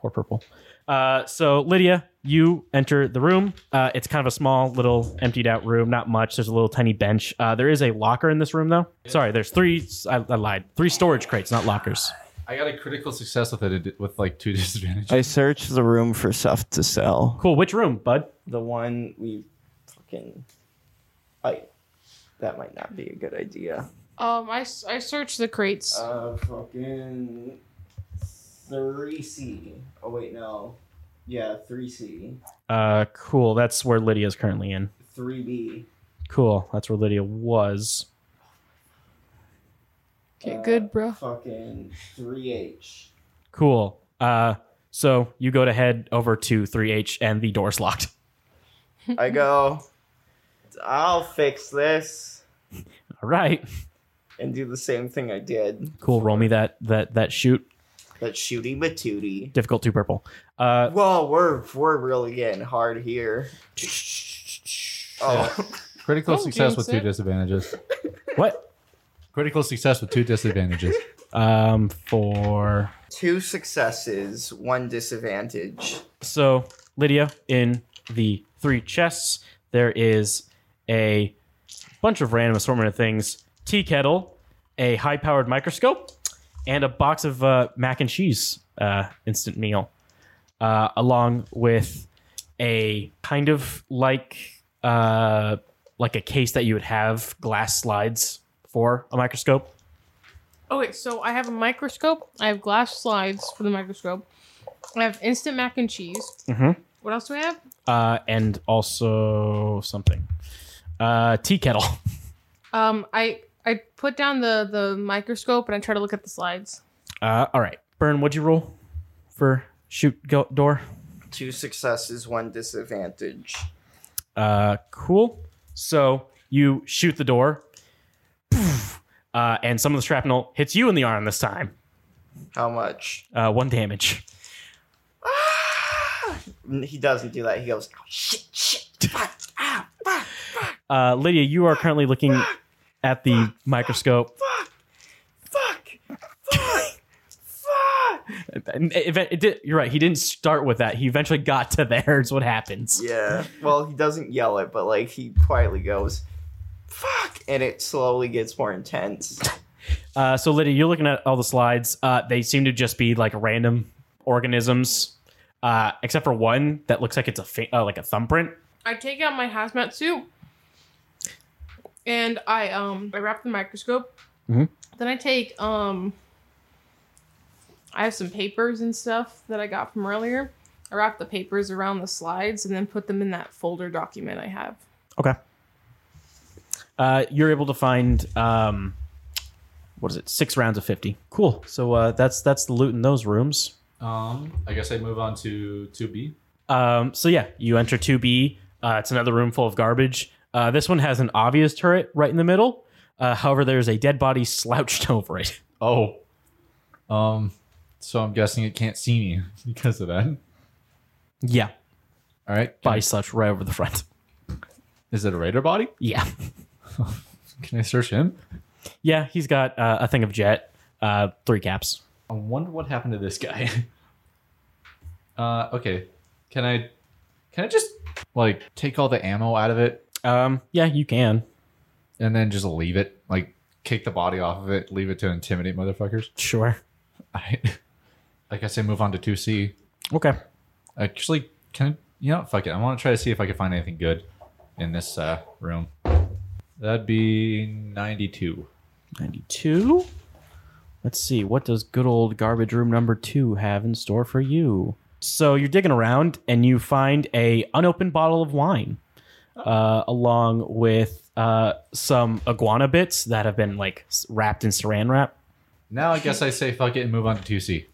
four purple. Uh, so Lydia, you enter the room. Uh, it's kind of a small, little, emptied out room. Not much. There's a little tiny bench. Uh, there is a locker in this room, though. Sorry, there's three. I, I lied. Three storage crates, not lockers.
I got a critical success with it, with like two disadvantages.
I searched the room for stuff to sell.
Cool. Which room, bud?
The one we fucking. I. That might not be a good idea.
Um, I, s- I search the crates.
Uh, fucking. 3C. Oh, wait, no. Yeah, 3C.
Uh, cool. That's where Lydia's currently in.
3B.
Cool. That's where Lydia was.
okay, good, bro.
Fucking 3H.
Cool. Uh, so you go to head over to 3H, and the door's locked.
I go. I'll fix this.
All right.
And do the same thing I did.
Cool. Roll me that that that shoot.
That shooty batooty.
Difficult two purple. Uh,
Whoa, we're we're really getting hard here. Oh,
Critical
Don't
success
jinx
with two
it.
disadvantages.
what?
Critical success with two disadvantages.
Um, for
Two successes, one disadvantage.
So, Lydia, in the three chests, there is a bunch of random assortment of things tea kettle, a high powered microscope, and a box of uh, mac and cheese uh, instant meal, uh, along with a kind of like uh, like a case that you would have glass slides for a microscope.
Okay, so I have a microscope. I have glass slides for the microscope. I have instant mac and cheese.
Mm-hmm.
What else do I have?
Uh, and also something. Uh, tea kettle.
Um, I I put down the the microscope and I try to look at the slides.
Uh, all right. Burn, what'd you roll for shoot go- door?
Two successes, one disadvantage.
Uh, cool. So you shoot the door, Poof. uh, and some of the shrapnel hits you in the arm this time.
How much?
Uh, one damage.
He doesn't do that. He goes, "Oh, shit, shit, fuck, ah, fuck."
Uh, Lydia, you are currently looking at the microscope. And it- it did- you're right. He didn't start with that. He eventually got to there. Is what happens.
Yeah. Well, he doesn't yell it, but like he quietly goes, fuck, and it slowly gets more intense.
Uh, so Lydia, you're looking at all the slides. Uh, they seem to just be like random organisms, uh, except for one that looks like it's a fa- uh, like a thumbprint.
I take out my hazmat suit and I um I wrap the microscope.
Mhm.
Then I take um I have some papers and stuff that I got from earlier. I wrap the papers around the slides and then put them in that folder document I have.
Okay. Uh, you're able to find um, what is it? Six rounds of fifty. Cool. So uh, that's that's the loot in those rooms.
Um, I guess I move on to two B.
Um, so yeah, you enter 2B. Uh, it's another room full of garbage. Uh, this one has an obvious turret right in the middle. Uh, however, there's a dead body slouched over it.
Oh, um, so I'm guessing it can't see me because of that.
Yeah.
All right.
Body slouched right over the front.
Is it a raider body?
Yeah.
Can I search him?
Yeah, he's got uh, a thing of jet, uh, three caps.
I wonder what happened to this guy. uh, okay. Can I? Can I just like take all the ammo out of it?
Um, yeah, you can.
And then just leave it. Like kick the body off of it. Leave it to intimidate motherfuckers.
Sure.
I, I guess I move on to two C.
Okay.
Actually, can I, you know? Fuck it. I want to try to see if I can find anything good in this uh, room. That'd be ninety-two.
92. Let's see, what does good old garbage room number two have in store for you? So you're digging around and you find a unopened bottle of wine, uh, along with uh, some iguana bits that have been like s- wrapped in saran wrap.
Now I guess I say fuck it and move on to two C.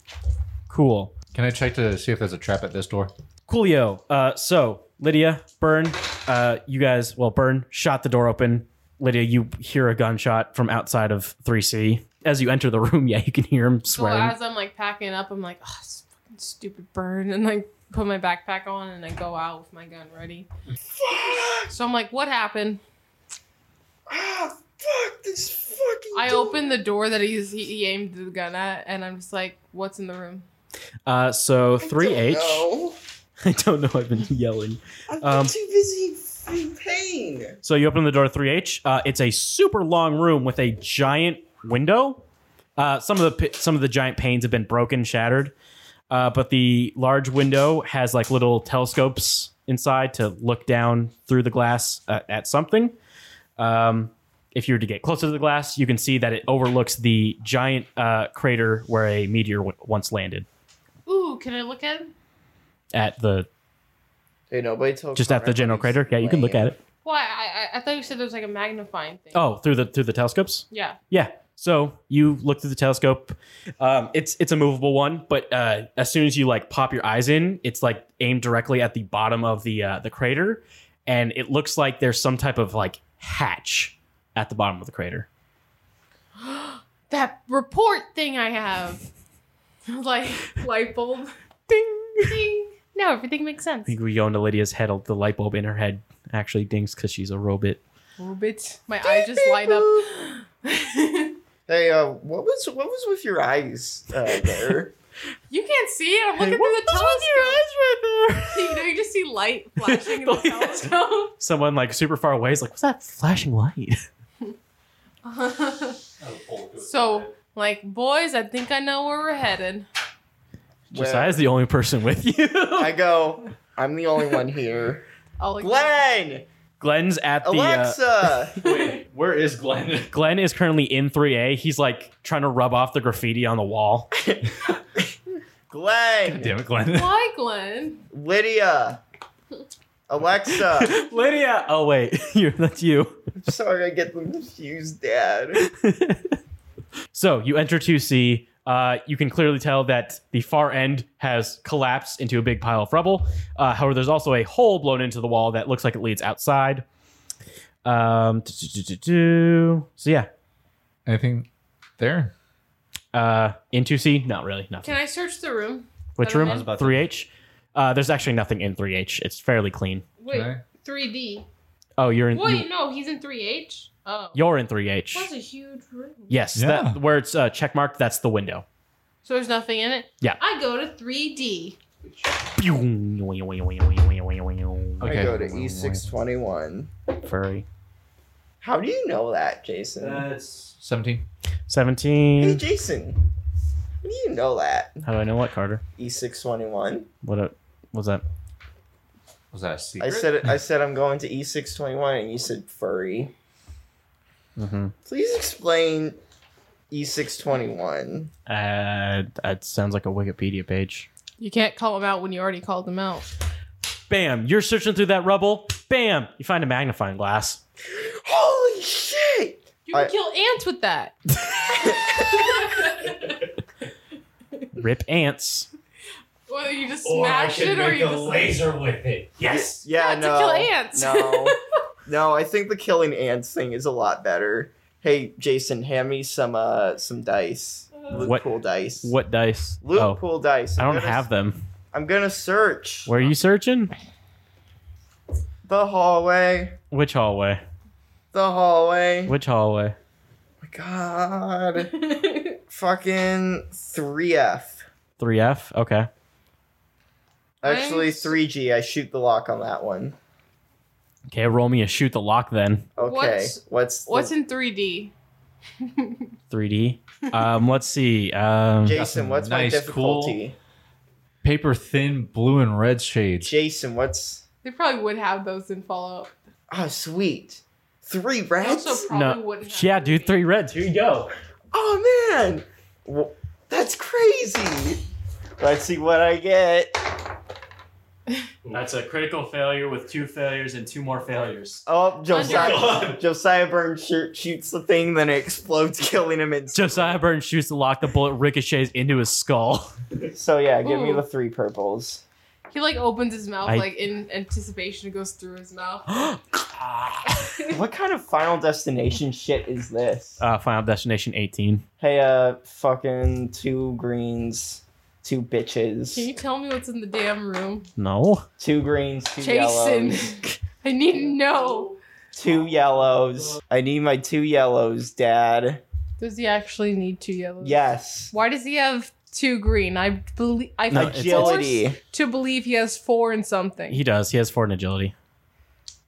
Cool.
Can I check to see if there's a trap at this door?
Coolio. Uh, so Lydia, Burn, uh, you guys. Well, Burn shot the door open. Lydia, you hear a gunshot from outside of 3C. As you enter the room, yeah, you can hear him
So
swearing.
as I'm like packing up, I'm like, oh, this fucking stupid burn, and like put my backpack on and I go out with my gun ready. so I'm like, what happened?
Ah, fuck this fucking.
I open the door that he's he, he aimed the gun at, and I'm just like, "What's in the room?"
Uh, so three H.
No,
I don't know. I've been yelling.
I'm
Um,
too busy in pain.
so you open the door to three H. Uh, it's a super long room with a giant window. Uh, some of the pi- some of the giant panes have been broken, shattered, uh, but the large window has like little telescopes inside to look down through the glass uh, at something. Um, if you were to get closer to the glass, you can see that it overlooks the giant uh, crater where a meteor w- once landed
Ooh, can I look at? it?
at the
Hey, nobody told
just at the general crater. Yeah, you can look at it.
Why? I, I I thought you said there was like a magnifying thing.
Oh, through the through the telescopes.
Yeah.
Yeah. So you look through the telescope. Um, it's it's a movable one, but uh, as soon as you like pop your eyes in, it's like aimed directly at the bottom of the uh, the crater, and it looks like there's some type of like hatch at the bottom of the crater.
That report thing I have, like light bulb, ding ding. Now everything makes
I
sense.
think we go into Lydia's head. The light bulb in her head actually dings because she's a robot.
Robot. My eyes just light up.
Hey, uh, what was what was with your eyes uh, there?
You can't see it. I'm
Hey,
looking through
what
the telescope. you know, you just see light flashing in the telescope.
Someone like super far away is like, "What's that flashing light?"
so, like, boys, I think I know where we're headed.
Josiah's the only person with you.
I go. I'm the only one here.
Oh,
Glenn,
Glenn's at the. uh,
Alexa.
Where is Glenn?
Glenn is currently in 3A. He's like trying to rub off the graffiti on the wall.
Glenn.
Damn it, Glenn.
Why, Glenn?
Lydia. Alexa.
Lydia. Oh wait, you that's you.
I'm sorry, I get them confused, Dad.
So you enter 2C. Uh, you can clearly tell that the far end has collapsed into a big pile of rubble. Uh, however, there's also a hole blown into the wall that looks like it leads outside. Um, do-do-do-do-do. so yeah.
Anything there?
Uh, in 2C, not really. Nothing.
Can I search the room?
Which
that I'm
room?
in?
3H. Uh, there's actually nothing in 3H. It's fairly clean.
Wait, 3D.
Oh, you're in.
Wait,
you,
no, he's in 3H? Oh.
you're in 3H.
That's a huge room.
Yes, that where it's uh, checkmarked. That's the window.
So there's nothing in it?
Yeah.
I go to 3D.
I go to E E621.
Furry.
How do you know that, Jason? That's
17.
Hey,
17.
Jason. How do you know that? E
How do I know what, Carter?
E621.
What uh, was that?
Was that a
I
secret?
said it, I said I'm going to E621, and you said furry.
Mm-hmm.
Please explain E E621.
Uh, that sounds like a Wikipedia page.
You can't call him out when you already called him out.
Bam! You're searching through that rubble. Bam! You find a magnifying glass.
Holy shit!
You can
I-
kill ants with that.
Rip ants.
Whether you just
Or I
smash
could
it or
make
you
a
just
laser
with it.
Yes. Yeah.
Not to
no.
kill ants.
No. no. I think the killing ants thing is a lot better. Hey, Jason, hand me some uh some dice.
Uh,
Loot
What-
pool dice.
What dice?
Loot
Oh,
pool dice.
I
I'm
don't
gonna-
have them.
I'm gonna search
Where are you searching?
the hallway.
Which hallway?
The hallway. Oh
Which hallway?
God. Fucking 3F.
3F. Okay.
Actually, 3G. I shoot the lock on that one.
Okay, roll me a shoot the lock then.
Okay.
What's-
what's the-
What's in 3D?
3D. Um, let's see. Um,
Jason, what's my difficulty?
Paper thin blue and red shades.
Jason, what's
They probably would have those in Fallout.
Oh, sweet. Three
They
reds?
also probably wouldn't have.
Yeah, dude, three reds. Here you go.
Oh, man. Wh- That's crazy. Let's see what I get.
That's a critical failure with two failures and two more failures.
Oh,
Under-
Josiah, Josiah Burns shoot, shoots the thing, then it explodes, killing him. It's
Josiah Burns shoots the lock. The bullet ricochets into his skull.
So, yeah, give me
Ooh.
the three purples.
He like opens his mouth
I-
like in anticipation and goes through his mouth.
what kind of Final Destination shit is this?
Uh, Final Destination 18.
Hey, uh, fucking two greens, two
Can
bitches,
you tell me what's in the damn room?
No.
two greens, two
Jason,
yellows,
I need to know.
two yellows. I need my two yellows, Dad.
Does he actually need two yellows?
Yes.
Why does he have two green? I believe I
No,
feel
it's- it's-
forced to believe he has four in something.
He does. He has four in agility.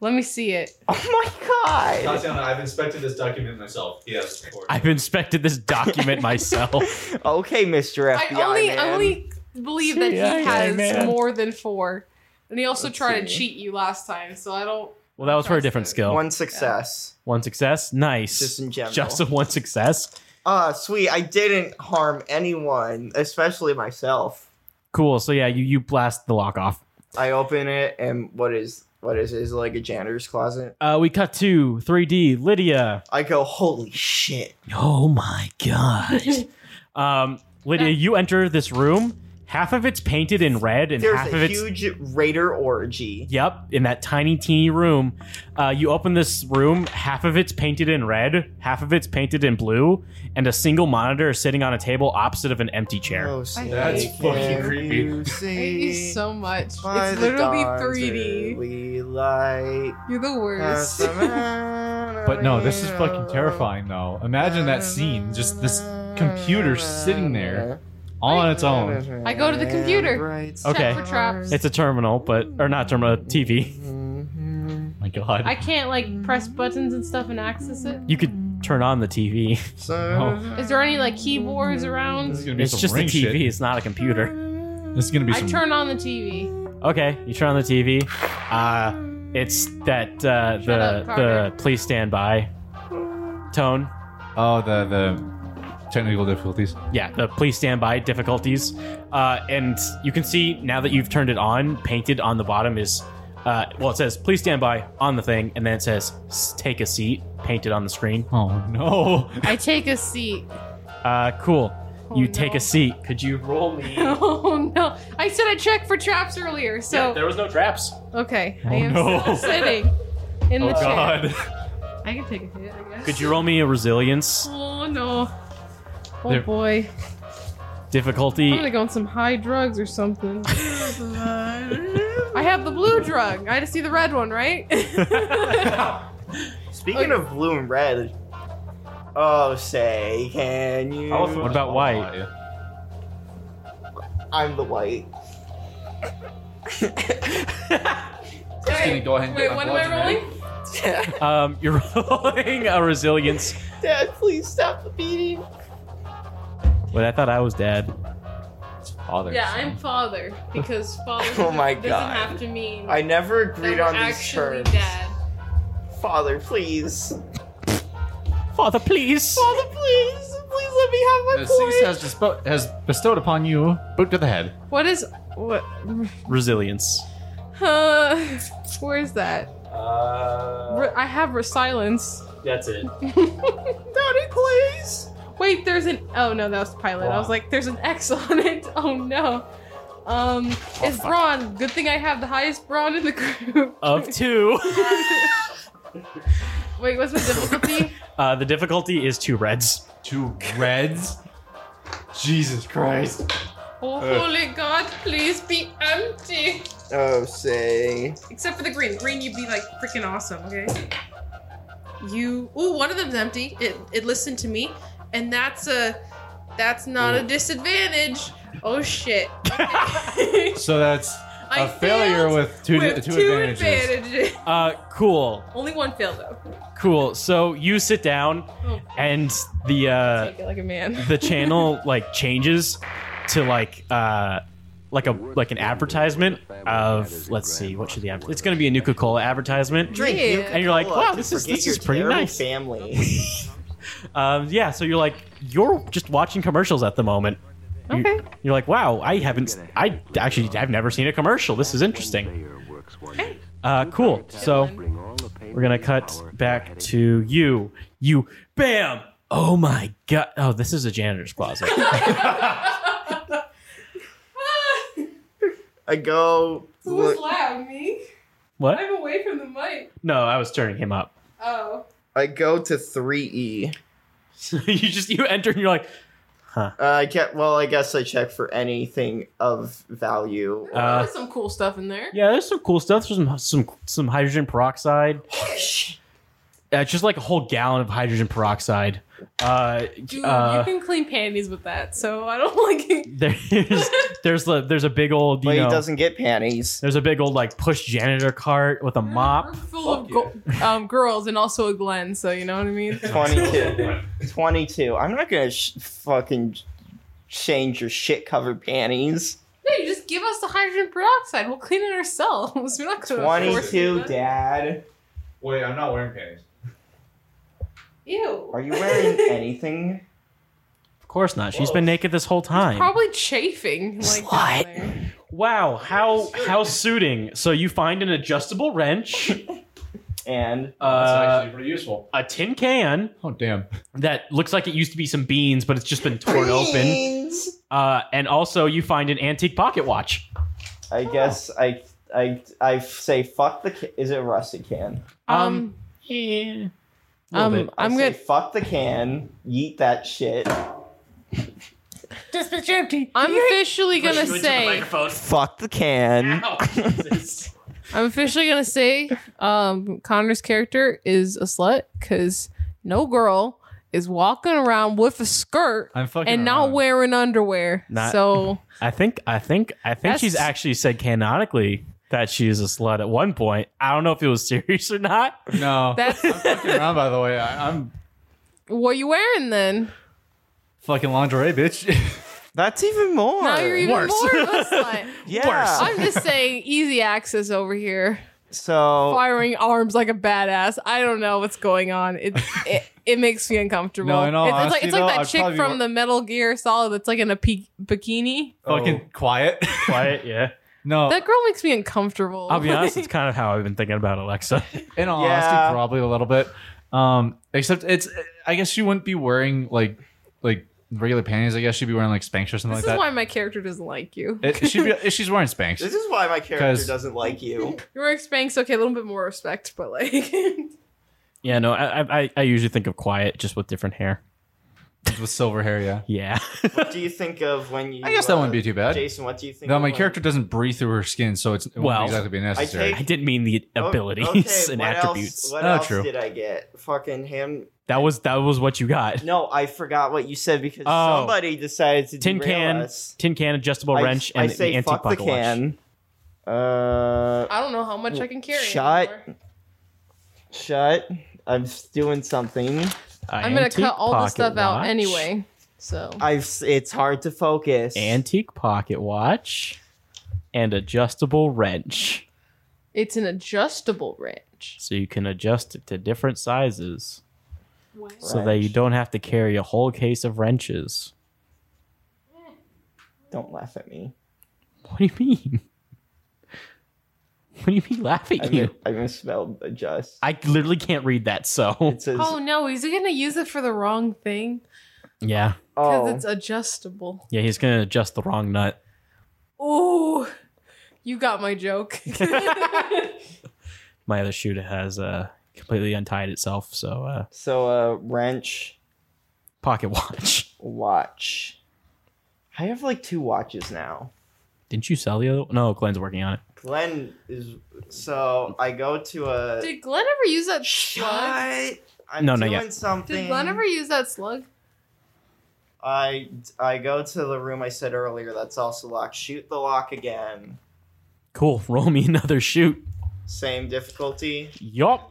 Let me see it.
Oh my god!
Tatiana, I've inspected this document myself. Yes.
I've inspected this document myself.
Okay, Mr.
I
FBI.
only
man.
I only believe that he
CIA
has
man.
more than four. And he also
Let's
tried to
see.
cheat you last time, so I don't
Well, that was for a different skill.
One success.
One success. Nice.
Just in general.
Just a one success.
Ah, sweet. I didn't harm anyone, especially myself.
Cool. So yeah, you you blast the lock off.
I open it, and what is what is it? Is it like a janitor's closet?
Uh, we cut to 3D Lydia.
I go, holy shit!
Oh my god. um, Lydia, you enter this room. Half of it's painted in red, and
There's
half
a
of it's
huge raider orgy.
Yep, in that tiny, teeny room. Uh, you open this room, half of it's painted in red, half of it's painted in blue, and a single monitor is sitting on a table opposite of an empty chair.
Oh. That's fucking creepy.
hate you so much.
By
It's
the
literally
dawn's
3D.
early light.
You're the worst.
But
But no, this is fucking terrifying though. Imagine that scene, just this computer sitting there all on its own.
I go to the computer. Check
Okay.
for traps.
It's a terminal, but or not terminal, TV.
my God.
I can't like press buttons and stuff and access it.
you could turn on the TV.
Oh.
Is there any like keyboards around?
This is gonna be
It's
some
just a
ring
TV.
shit.
It's not a computer.
This is gonna be
I turn on the TV.
Okay, you turn on the TV. Uh it's that uh, the
up,
the please stand by tone.
Oh, the the technical difficulties.
Yeah, the please stand by difficulties. Uh, and you can see now that you've turned it on, painted on the bottom is, uh, well, it says please stand by on the thing, and then it says "S- take a seat, painted on the screen.
Oh no!
I take a seat.
Uh, cool. you take a seat. Could you roll me?
oh no! I said I checked for traps earlier, so
there was no traps.
okay. I
Oh,
am
no.
still sitting in the
Oh,
chair.
God.
I can take a hit, I guess.
Could you roll me a resilience
Oh no! Oh
There-
boy! I'm gonna
difficulty?
go on some high drugs or something. I have the blue drug. I had to see the red one, right?
Speaking of blue and red, oh, say, can you?
What about white?
I'm the white.
Just gonna go ahead and
Wait,
get my
what am I
bludgeon
rolling?
Um, you're rolling a resilience.
Dad, please stop the beating.
But I thought I was dead.
Father.
Yeah, I'm father because father
Oh my
doesn't
God.
have to mean
I never
that
agreed
we're
on these
actually
terms.
dad.
Father, please.
Father, please.
Father, please. Please let me have my
The cease
point.
has, dispo- has bestowed upon you boot to the head.
What is what?
Resilience.
Uh, where is that?
Uh,
Re- I have resilience.
that's it.
Daddy, please.
Wait, there's an. Oh no, that was pilot. I was like, there's an X on it. Oh no. Um,
Oh,
it's brawn. Good thing I have the highest brawn in the group.
Of two.
Wait, what's my difficulty?
Uh, the difficulty is two reds.
Two reds. Jesus Christ.
Uh.
Oh, holy God, please be empty.
Oh, say.
Except for the green. Green, you'd be like freaking awesome, okay? You. Ooh, one of them's empty. It it listened to me, and that's a that's not a disadvantage. Oh shit. Okay.
So that's
I
a failure
failed
with two,
with
two,
two
advantages.
advantages.
Uh, cool,
Only one failed though.
cool. So you sit down,
Oh,
and the uh,
take it like a man.
the channel like changes to like uh, like a like an advertisement of let's see what should the adver- it's going to be a Nuka Cola advertisement.
Drink
Yeah.
Nuka-Cola
And you're like, wow,
to
this is-
forget
this
your
is pretty
terrible
nice.
Family.
Um, yeah, so you're like you're just watching commercials at the moment. You-
Okay.
You're like, wow, I haven't. I actually I've never seen a commercial. This is interesting. Uh, cool. So we're gonna cut back to you. You, bam. Oh my god. Oh, this is a janitor's closet.
I go.
Who was
Look,
loud? Me?
what?
I'm away from the mic.
No, I was turning him up.
Oh.
I go to three E.
So you just you enter and you're like,
Uh, I get. Well, I guess I check for anything of value.
uh,
There's some cool stuff in there.
yeah, there's some cool stuff. There's some some some hydrogen peroxide. Uh, it's just like a whole gallon of hydrogen peroxide. Uh,
Dude,
uh,
you can clean panties with that, so I don't like it.
there's there's the, there's a big old you
but
know,
he doesn't get panties.
there's a big old like push janitor cart with a mop.
We're full of go- um, girls and also a Glen, so you know what I mean?
22. 22. I'm not gonna sh- fucking change your shit covered panties.
No, you just give us the hydrogen peroxide. We'll clean it ourselves. We're not gonna force you to
22,
do that.
Dad.
Wait, I'm not wearing panties.
Ew.
Are you wearing anything?
Of course not. She's been naked this whole time.
Probably chafing. Like down there.
wow, how how suiting. So you find an adjustable wrench,
And
uh,
pretty useful.
a tin can
Oh damn.
that looks like it used to be some beans, but it's just been torn open. Uh, and also, you find an antique pocket watch.
I guess I I I say fuck the. Ca- is it a rusted can?
Um,
yeah.
um,
bit.
I
I'm
say,
gonna
fuck the can. Yeet that shit.
I'm officially gonna say
Oh,
Fuck the can.
I'm officially gonna say um, Connor's character is a slut because no girl is walking around with a skirt
I'm fucking
and not
around.
wearing underwear.
Not-
so
I think I think I think she's
That's-
actually said canonically that she is a slut at one point. I don't know if it was serious or not.
No,
That's-
I'm fucking around. By the way, I, I'm
what are you wearing then?
fucking lingerie, bitch.
That's even more.
Now you're even more of a slut.
Yeah. Worse.
I'm just saying easy access over here.
So
Firing arms like a badass. I don't know what's going on. It it, it makes me uncomfortable.
No, in all
it's, it's like,
honesty,
it's like
though,
that
I'd
chick
probably
from
wa- Oh.
the Metal Gear Solid that's like in a pi- bikini.
fucking quiet,
quiet. Yeah.
No,
That girl makes me uncomfortable.
I'll be honest, it's kind of how I've been thinking about Alexa.
in all
Yeah.
honesty, probably a little bit. Um, except it's, I guess she wouldn't be wearing like, like regular panties. I guess she'd be wearing like Spanx or something
This
like that.
is why my character doesn't like you.
It- she'd be- she's wearing Spanx.
This is why my character
'Cause-
doesn't like you.
You're wearing Spanx, okay, a little bit more respect, but like,
Yeah, no, I, I- I I usually think of quiet just with different hair.
With silver hair, yeah.
Yeah.
what do you think of when you?
I guess that
uh,
wouldn't be too bad.
Jason, what do you think?
No,
of
my
when-
character doesn't breathe through her skin, so it's, it
Well,
won't exactly be necessary.
take- I
didn't mean the
Oh,
abilities
okay,
and
what else-
attributes.
what
Oh,
else
true.
did I get? Fucking him.
That was that was what you got.
No, I forgot what you said because
Oh.
somebody decided to
Tin
derail
can,
us.
tin can, adjustable
I-
wrench,
I
and
say
the antique
fuck the
pocket watch.
can. Uh,
I don't know how much I can carry.
Shut. Shut. I'm s- doing something.
I'm gonna cut all the stuff out anyway. So
I've. s- It's hard to focus.
Antique pocket watch and adjustable wrench,
it's an adjustable wrench.
so you can adjust it to different sizes, so that you don't have to carry a whole case of wrenches.
Don't laugh at me.
What do you mean? What do you mean laugh at
I,
you?
mi- I misspelled adjust.
I literally can't read that, so
Oh no, is he gonna use it for the wrong thing?
yeah,
Because Oh,
Oh.
it's adjustable.
yeah, he's gonna adjust the wrong nut.
Ooh, you got my joke.
My other shoe has uh completely untied itself, so uh
So a uh, wrench,
pocket watch.
watch. I have like two watches now.
Didn't you sell the other? No, Glenn's working on it.
Glenn is so I go to a.
Did Glenn ever use that slug?
I'm
No, not
doing
yet.
something.
Did Glenn ever use that slug?
I I go to the room I said earlier that's also locked. Shoot the lock again.
Cool. Roll me another shoot.
Same difficulty.
Yup.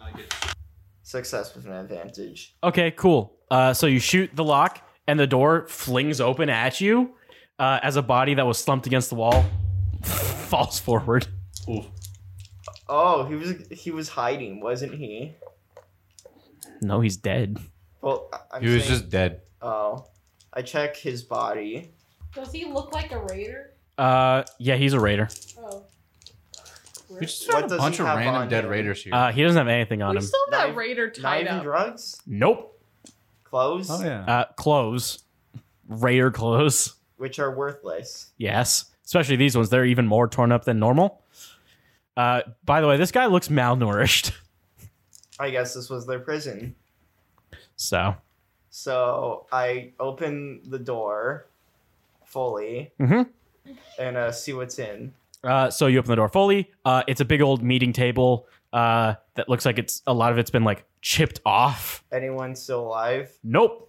Success with an advantage.
Okay, cool. Uh, so you shoot the lock, and the door flings open at you uh, as a body that was slumped against the wall falls forward.
Oh, he was he was hiding, wasn't he?
No, he's dead.
Well, I- I'm
He was
saying-
just dead.
Oh, I check his body.
Does he look like a raider?
Uh, yeah, he's a raider.
Oh.
We just
What
found a
does
bunch
he
of
have
random
on
dead
him?
raiders here.
Uh, he doesn't have anything on
We
him.
still have that raider tied
Knife and
up.
drugs,
Nope.
clothes,
Oh,
Uh, clothes. Raider clothes.
which are worthless.
Yes. Especially these ones. They're even more torn up than normal. Uh, by the way, this guy looks malnourished.
I guess this was their prison.
So,
So I open the door fully
mm-hmm.
and uh, see what's in.
Uh, so you open the door fully. Uh, it's a big old meeting table uh, that looks like it's a lot of it's been like chipped off.
Anyone still alive?
Nope.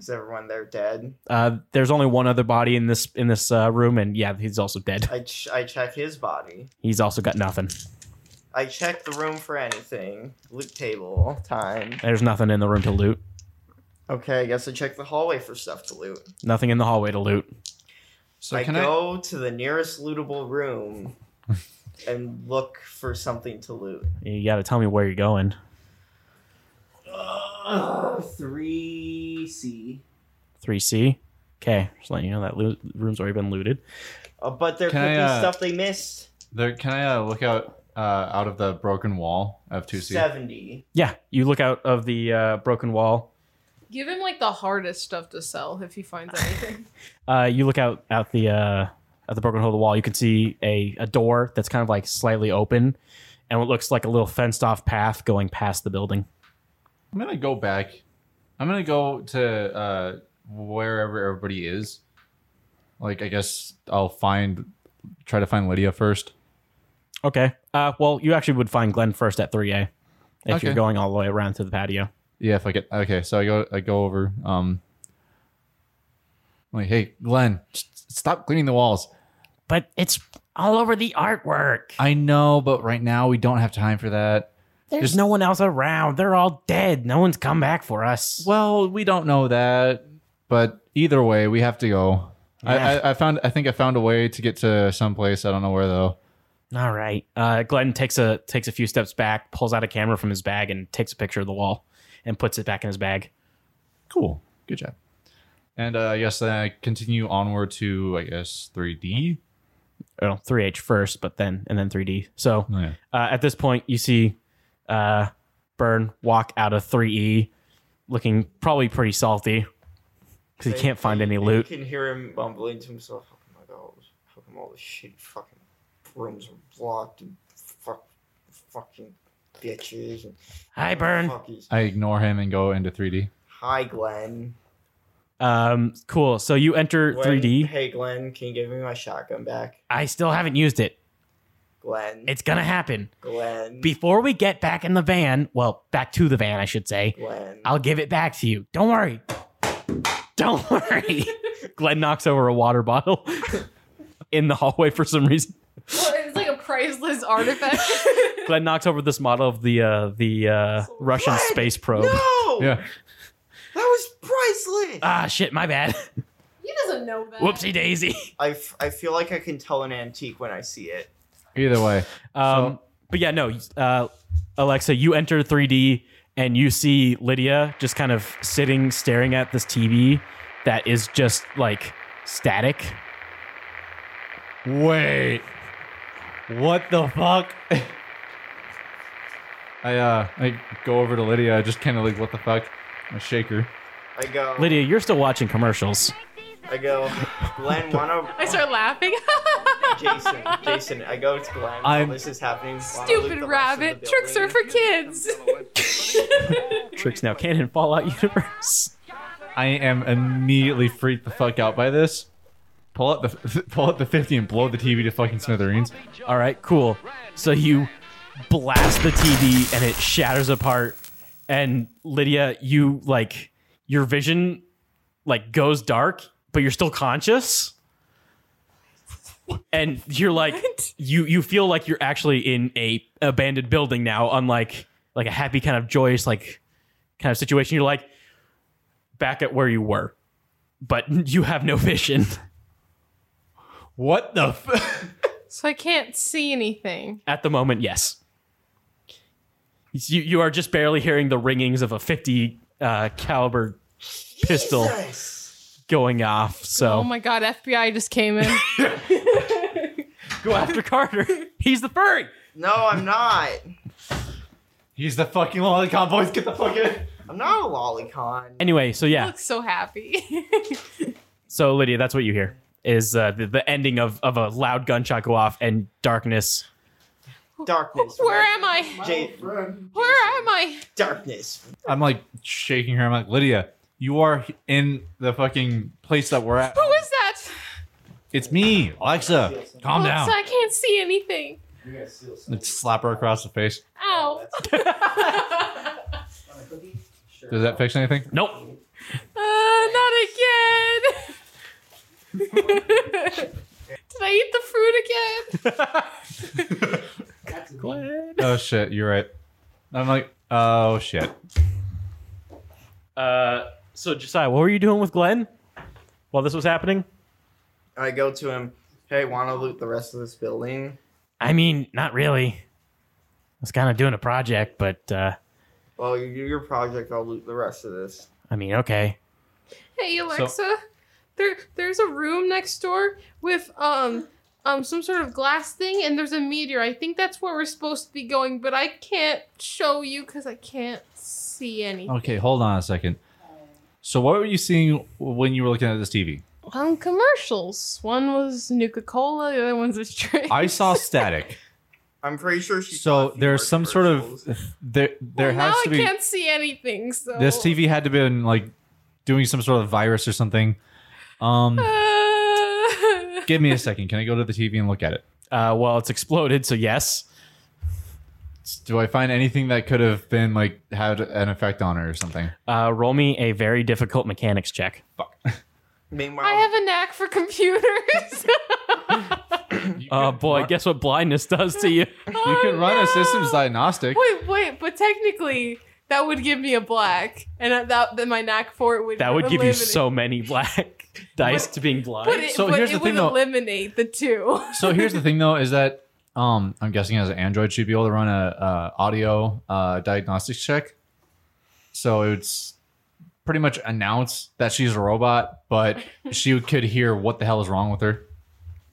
Is everyone there dead?
Uh, there's only one other body in this in this uh, room, and yeah, he's also dead.
I, ch- I check his body.
He's also got nothing.
I check the room for anything. Loot table time.
There's nothing in the room to loot.
Okay, I guess I check the hallway for stuff to loot.
Nothing in the hallway to loot.
So
I
can I-
go to the nearest lootable room and look for something to loot.
You got to tell me where you're going.
Three C.
Three C. Okay, just letting you know that loo- room's already been looted.
Uh, but there
Can
could
I,
be
uh,
stuff they missed.
There, can I uh, look out uh, out of the broken wall of two C?
Seventy.
Yeah, you look out of the uh, broken wall.
Give him like the hardest stuff to sell if he finds anything.
Uh, you look out out the uh, at the broken hole of the wall. You can see a, a door that's kind of like slightly open, and what looks like a little fenced off path going past the building.
I'm gonna go back. I'm gonna go to uh, wherever everybody is. Like, I guess I'll find, try to find Lydia first.
Okay. Uh, well, you actually would find Glenn first at 3A if you're
Okay.
going all the way around to the patio.
Yeah, if I get okay, so I go I go over. Um, I'm like, hey, Glenn, s- stop cleaning the walls.
But it's all over the artwork.
I know, but right now we don't have time for that.
There's no one else around. They're all dead. No one's come back for us.
Well, we don't know that, but either way, we have to go. I,
Yeah.
I, I found I think I found a way to get to someplace. I don't know where though.
All right. Uh, Glenn takes a takes a few steps back, pulls out a camera from his bag, and takes a picture of the wall, and puts it back in his bag.
Cool. Good job. And uh, yes, then I continue onward to I guess 3D.
Oh, 3H first, but then and then 3D. So
Oh, yeah.
uh, at this point, you see uh, Burn walk out of 3E, looking probably pretty salty because he can't find any loot.
You can hear him mumbling to himself, "How come I got- how come all the shit fucking rooms are blocked and fuck, fucking bitches and
Hi, Burn.
Fuckies.
I ignore him and go into 3D.
Hi, Glenn.
Um, cool. So you enter
Glenn,
3D.
Hey, Glenn, can you give me my shotgun back,
I still haven't used it.
Glenn?
It's gonna happen.
Glenn.
Before we get back in the van, well, back to the van, I should say.
Glenn.
I'll give it back to you. Don't worry. Don't worry. Glenn knocks over a water bottle in the hallway for some reason.
Well, it's like a priceless artifact.
Glenn knocks over this model of the uh, the uh, Russian space probe.
No!
Yeah.
Oh, That was priceless.
Ah, shit. My bad.
he doesn't know that.
Whoopsie daisy.
I, f- I feel like I can tell an antique when I see it.
Either way,
Um, but yeah, no. Uh, Alexa, you enter 3D and you see Lydia just kind of sitting, staring at this TV that is just like static.
Wait. What the fuck? I uh I go over to Lydia, I just kinda like what the fuck? I shake her.
I go.
Lydia, you're still watching commercials.
I go. Glenn, wanna
I start laughing.
Jason? Jason, I go to Glenn. while
I'm-
this is happening. Wanna loot
Stupid
the rest of
rabbit.
the
Tricks are
building?
for kids.
Tricks now canon Fallout universe.
I am immediately freaked the fuck out by this. Pull out the pull out the fifty and blow the TV to fucking smithereens.
All right, cool. So you blast the TV and it shatters apart. And Lydia, you like your vision like goes dark, but you're still conscious. And you're like you you feel like you're actually in a abandoned building now, unlike like a happy kind of joyous like kind of situation. You're like back at where you were, but you have no vision.
What the f-
so I can't see anything.
At the moment, yes. You, you are just barely hearing the ringings of a 50 uh, caliber pistol going off. So
Oh my god, FBI just came in.
go after Carter. He's the furry.
No, I'm not.
He's the fucking lolicon boys, get the fuck in.
I'm not a lolicon.
Anyway, so
I
yeah.
look so happy.
So Lydia, that's what you hear is uh, the, the ending of, of a loud gunshot go off and darkness.
Darkness.
Where
red-
am I?
J-
Where am I?
darkness.
I'm like shaking her, I'm like, Lydia, you are in the fucking place that we're at.
Who is that?
It's me, Alexa. Calm down.
Alexa, I can't see anything.
Let's slap her across the face.
Ow.
Does that fix anything?
Nope.
uh, not again. Did I eat the fruit again?
Oh shit, you're right. I'm like, oh shit.
Uh, so Josiah, what were you doing with Glenn while this was happening?
I go to him. Hey, want to loot the rest of this building?
I mean, not really. I was kind of doing a project, but uh,
Well, you do your project. I'll loot the rest of this.
I mean, okay.
Hey Alexa, there there's a room next door with um um some sort of glass thing and there's a meteor. I think that's where we're supposed to be going, but I can't show you cuz I can't see anything.
Okay, hold on a second. So what were you seeing when you were looking at this TV?
Um commercials. One was Nuka-Cola, the other one's a drink.
I saw static.
I'm pretty sure she.
So there's some sort of there there
Well,
has
now
to
I
be
can't see anything. So
this TV had to be been like doing some sort of virus or something. Um
Uh,
give me a second. Can I go to the TV and look at it?
Uh, well, it's exploded, so yes.
Do I find anything that could have been like had an effect on her or something?
Uh, roll me a very difficult mechanics check. Fuck.
Meanwhile,
I have a knack for computers.
Oh boy, guess what blindness does to you?
You can run a systems diagnostic.
Oh, wait, wait, but technically that would give me a black, and that then my knack for it would
That would give you
eliminate-
so many black dice to being blind.
But it,
So
but
here's
it
the
would
thing, though.
eliminate the two.
So here's the thing though, is that um, I'm guessing as an Android, she'd be able to run a uh, audio uh, diagnostics check. So it's pretty much announce that she's a robot, but she could hear what the hell is wrong with her.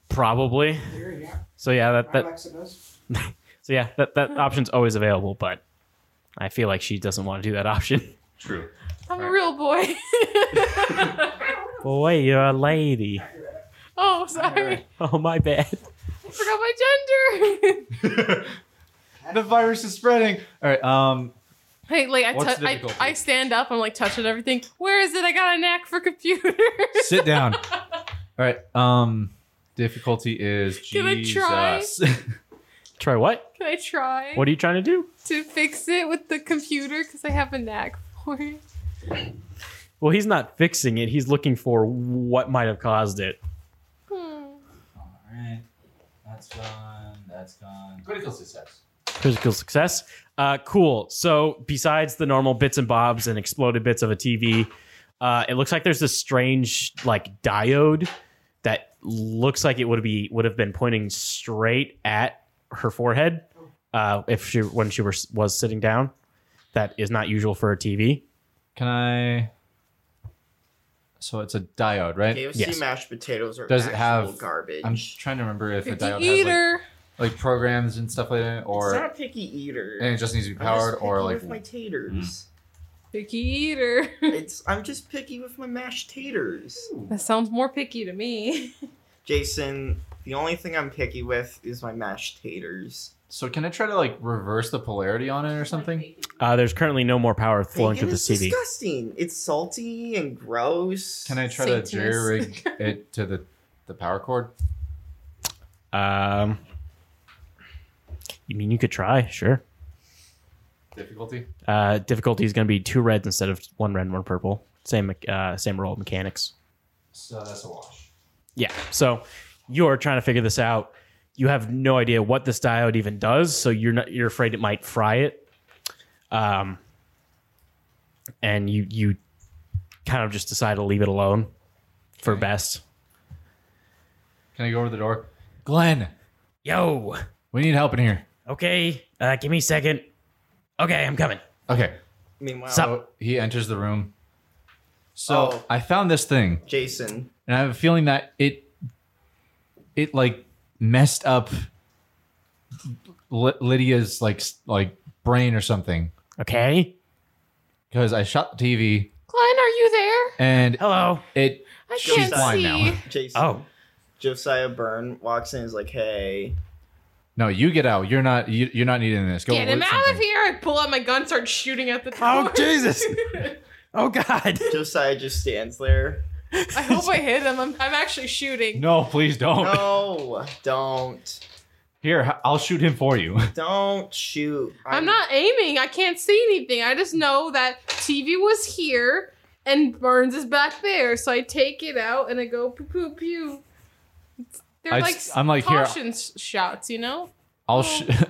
Probably. So yeah, that, that
Alexa does.
so yeah, that, that option's always available, but I feel like she doesn't want to do that option.
True.
I'm a real boy.
Boy, you're a lady.
oh, sorry,
Oh my bad.
I forgot my gender.
The virus is spreading. All right. Um,
Hey, like I,
What's
tou- I,
difficult?
I stand up. I'm like touching everything. Where is it? I got a knack for computers.
sit down. All right. Um, difficulty is
Can I try?
Jesus.
Try what?
Can I try
What are you trying to do?
to fix it with the computer? Because I have a knack for it.
Well, he's not fixing it. He's looking for what might have caused it.
Hmm.
Alright. That's gone. That's gone. Critical success.
Critical success. Uh, cool. So, besides the normal bits and bobs and exploded bits of a TV, uh, it looks like there's this strange like diode that looks like it would be would have been pointing straight at her forehead uh, if she when she was was sitting down. That is not usual for a TV.
Can I? So it's a diode, right?
KFC mashed potatoes are
Does it
actual
have
garbage.
I'm trying to remember if a
Picky
diode has
eater.
like, like programs and stuff like that,
it's not
or
a picky eater.
and it just needs to be
I'm just
powered, or
picky
like Mm.
with my taters.
Picky eater.
it's I'm just picky with my mashed taters.
That sounds more picky to me.
Jason, the only thing I'm picky with is my mashed taters.
so. Can I try to like reverse the polarity on it or something?
Uh, there's currently no more power flowing
Bacon
through this
is
TV.
disgusting. It's salty and gross.
Can I try to
Satanist.
jerry rig it to the the power cord?
Um, you mean you could try? Sure.
Difficulty.
Uh, difficulty is going to be two reds instead of one red and one purple. Same uh, same roll of mechanics.
So that's a wash.
Yeah. So you're trying to figure this out. You have no idea what this diode even does, so you're not you're afraid it might fry it. Um, and you you kind of just decide to leave it alone for best.
Can I go over the door? Glenn,
Yo.
we need help in here.
Okay. Uh, give me a second. Okay, I'm coming.
Okay.
Meanwhile,
So he enters the room. So
Oh.
I found this thing.
Jason,
and I have a feeling that it it like messed up L- Lydia's like s- like brain or something
Okay.
because I shot the TV
Glenn, are you there?
and
Hello.
it
I
She's
can't
blind
see.
now.
Jason,
Oh.
Josiah Byrne walks in and is like, "Hey,
no you get out you're not you, you're not needing this go
Get him
loot
out of
something.
here! I pull out my gun, start shooting at the door.
Oh Jesus. Oh God.
Josiah just stands there.
I hope I hit him. I'm, I'm actually shooting.
no please don't
No, don't,
here h- I'll shoot him for you
don't shoot.
I'm not aiming. I can't see anything. I just know that TV was here and Burns is back there. So I take it out and I go poo poo pew. They're
I
like
s- I'm like, here-
caution s- shots, you know. Oh.
I'll sh-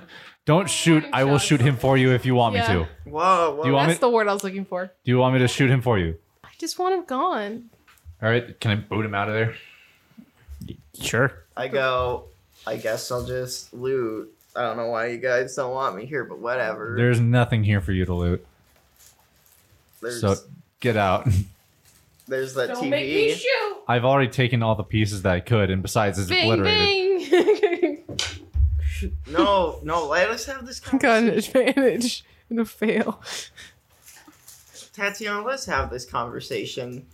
don't shoot I will shoot him for you if you want
Yeah.
me to
Whoa, whoa.
Do you want
That's
me
the word I was looking for.
do you want me to shoot him for you
I just want him gone.
all right can I boot him out of there
Sure.
I go. I guess I'll just loot. I don't know why you guys don't want me here, but whatever.
there's nothing here for you to loot
there's,
so get out
there's that
Don't
TV.
make me shoot.
I've already taken all the pieces that I could, and besides, it's
Bing
obliterated.
bing.
No, no, let us have this
Gun
conversation.
advantage and a fail.
Tatiana, let's have this conversation.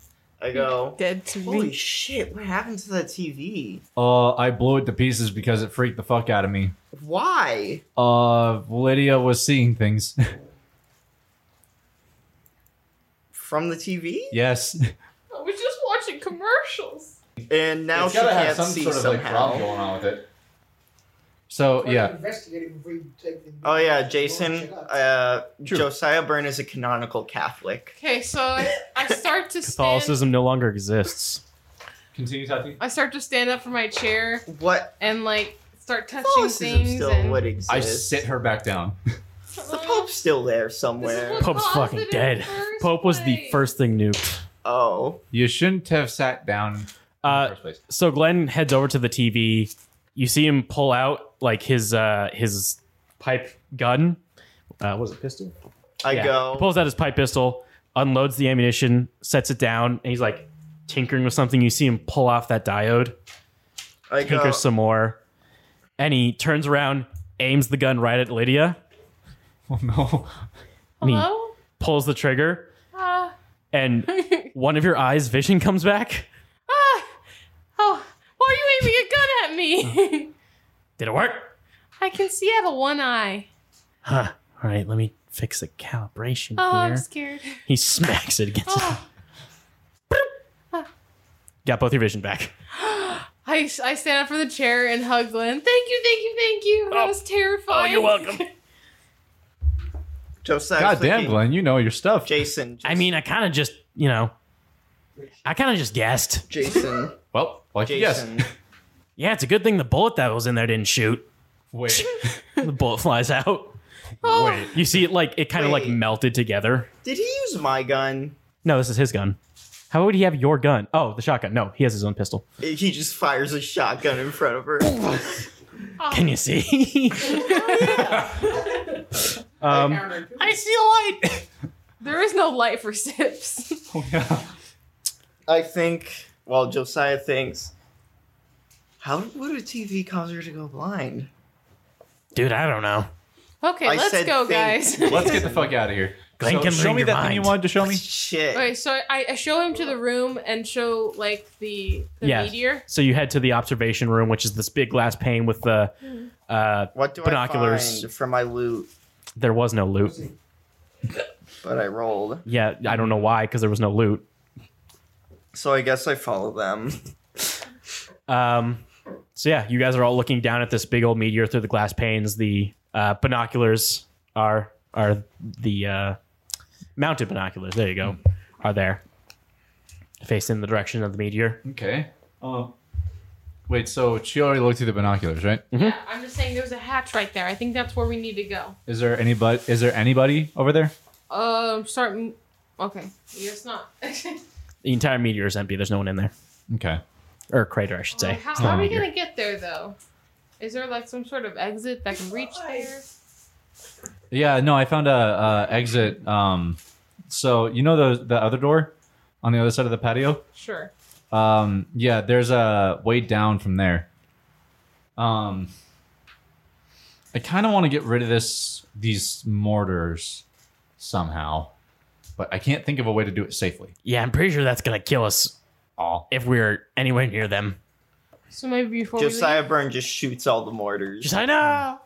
I go,
Dead to
holy
me.
shit, what happened to that TV?
Uh, I blew it to pieces because it freaked the fuck out of me.
Why?
Uh, Lydia was seeing things.
From the TV?
yes.
I was just watching commercials.
And now she can't see somehow.
on with it. So yeah,
Investigate it before you take the.
Oh yeah, Jason. Uh, Josiah Byrne is a canonical Catholic.
Okay, so I, I start to stand.
Catholicism no longer exists.
Continue talking.
I start to stand up from my chair.
What?
And like start touching
Catholicism
things.
still
and
would exist.
I sit her back down.
the Pope's still there somewhere.
Pope's fucking dead. Pope was the first thing nuked.
Oh.
You shouldn't have sat down.
Uh, so Glenn heads over to the TV. You see him pull out like his uh, his pipe gun. Uh, was it pistol?
I
Yeah. He
go.
pulls out his pipe pistol, unloads the ammunition, sets it down, and he's like tinkering with something. You see him pull off that diode,
I
tinker
go.
some more, and he turns around, aims the gun right at Lydia.
Oh no!
And he
Hello?
pulls the trigger,
Uh,
and one of your eyes' vision comes back.
ah, oh, why are you aiming a gun at me?
Did it work?
I can see out of one eye.
Huh. All right, let me fix the calibration
Oh,
here.
I'm scared.
He smacks it against.
Oh, Ah.
Got both your vision back.
I, I stand up from the chair and hug Glenn. Thank you, thank you, thank you.
Oh.
That was terrifying.
welcome.
Josiah.
God damn, Glenn, you know your stuff.
Jason.
I mean, I kind of just, you know, I kind of just guessed.
Jason.
Well, like yes.
Jason.
Yeah, it's a good thing the bullet that was in there didn't shoot.
Wait,
the bullet flies out.
Oh.
You see it like it kind of like
Wait.
melted together.
Did he use my gun?
No, this is his gun. How would he have your gun? Oh, the shotgun. No, he has his own pistol.
He just fires a shotgun in front of her.
Can you see? um,
I see a light. there is no light for sips.
I think. Well, Josiah thinks. How would a TV cause her to go blind?
dude, I don't know.
Okay,
I
let's
said
go,
thank-
guys.
let's get the fuck out of here.
Glenn
So
can
show
read
me
your
that
mind.
thing you wanted to show me.
Shit.
Okay, so I, I show him to the room and show like the, the
yeah.
meteor.
So you head to the observation room, which is this big glass pane with the uh,
What do
binoculars.
I find for my loot?
There was no loot.
But I rolled.
Yeah, I don't know why because there was no loot.
So I guess I follow them.
Um, so yeah, you guys are all looking down at this big old meteor through the glass panes. The uh, binoculars are are the uh, mounted binoculars. There you go, are there, faced in the direction of the meteor.
Okay. Um. Wait. So she already looked through the binoculars, right?
Mm-hmm.
Yeah, I'm just saying there's a hatch right there. I think that's where we need to go.
Is there anybody? Is there anybody over there?
Um, start. m- Okay, yes, not.
The entire meteor is empty. There's no one in there,
Okay.
or crater, I should say.
Oh, how
It's not
how
a
are we
meteor.
gonna get there though? Is there like some sort of exit that can reach there?
Yeah. No, I found a, uh exit. Um. So you know the the other door, on the other side of the patio.
Sure.
Um. Yeah. There's a way down from there. Um. I kind of want to get rid of this these mortars somehow, but I can't think of a way to do it safely.
Yeah, I'm pretty sure that's gonna kill us
All.
if we're anywhere near them.
So maybe before
Josiah Byrne just shoots all the mortars.
Just I know.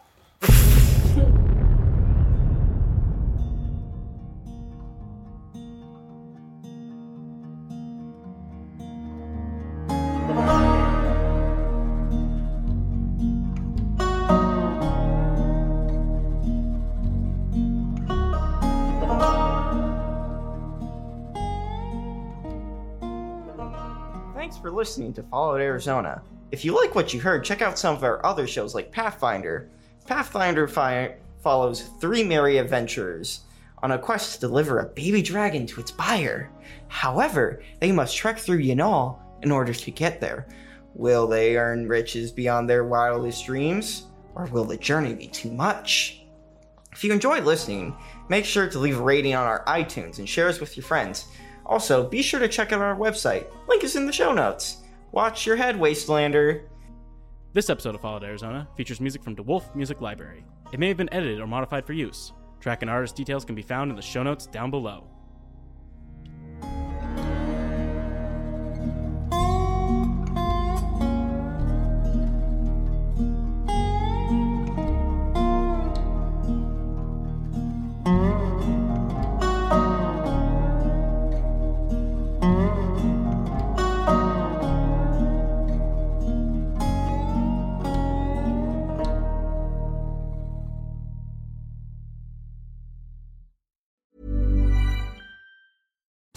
Thanks for listening to Fallout Arizona. If you like what you heard, check out some of our other shows like Pathfinder. Pathfinder fi- follows three merry adventurers on a quest to deliver a baby dragon to its buyer. However, they must trek through Yanal in order to get there. Will they earn riches beyond their wildest dreams, or will the journey be too much? If you enjoy listening, make sure to leave a rating on our iTunes and share us with your friends. Also, be sure to check out our website. Link is in the show notes. Watch your head, Wastelander.
This episode of Fallout Arizona features music from DeWolf Music Library. It may have been edited or modified for use. Track and artist details can be found in the show notes down below.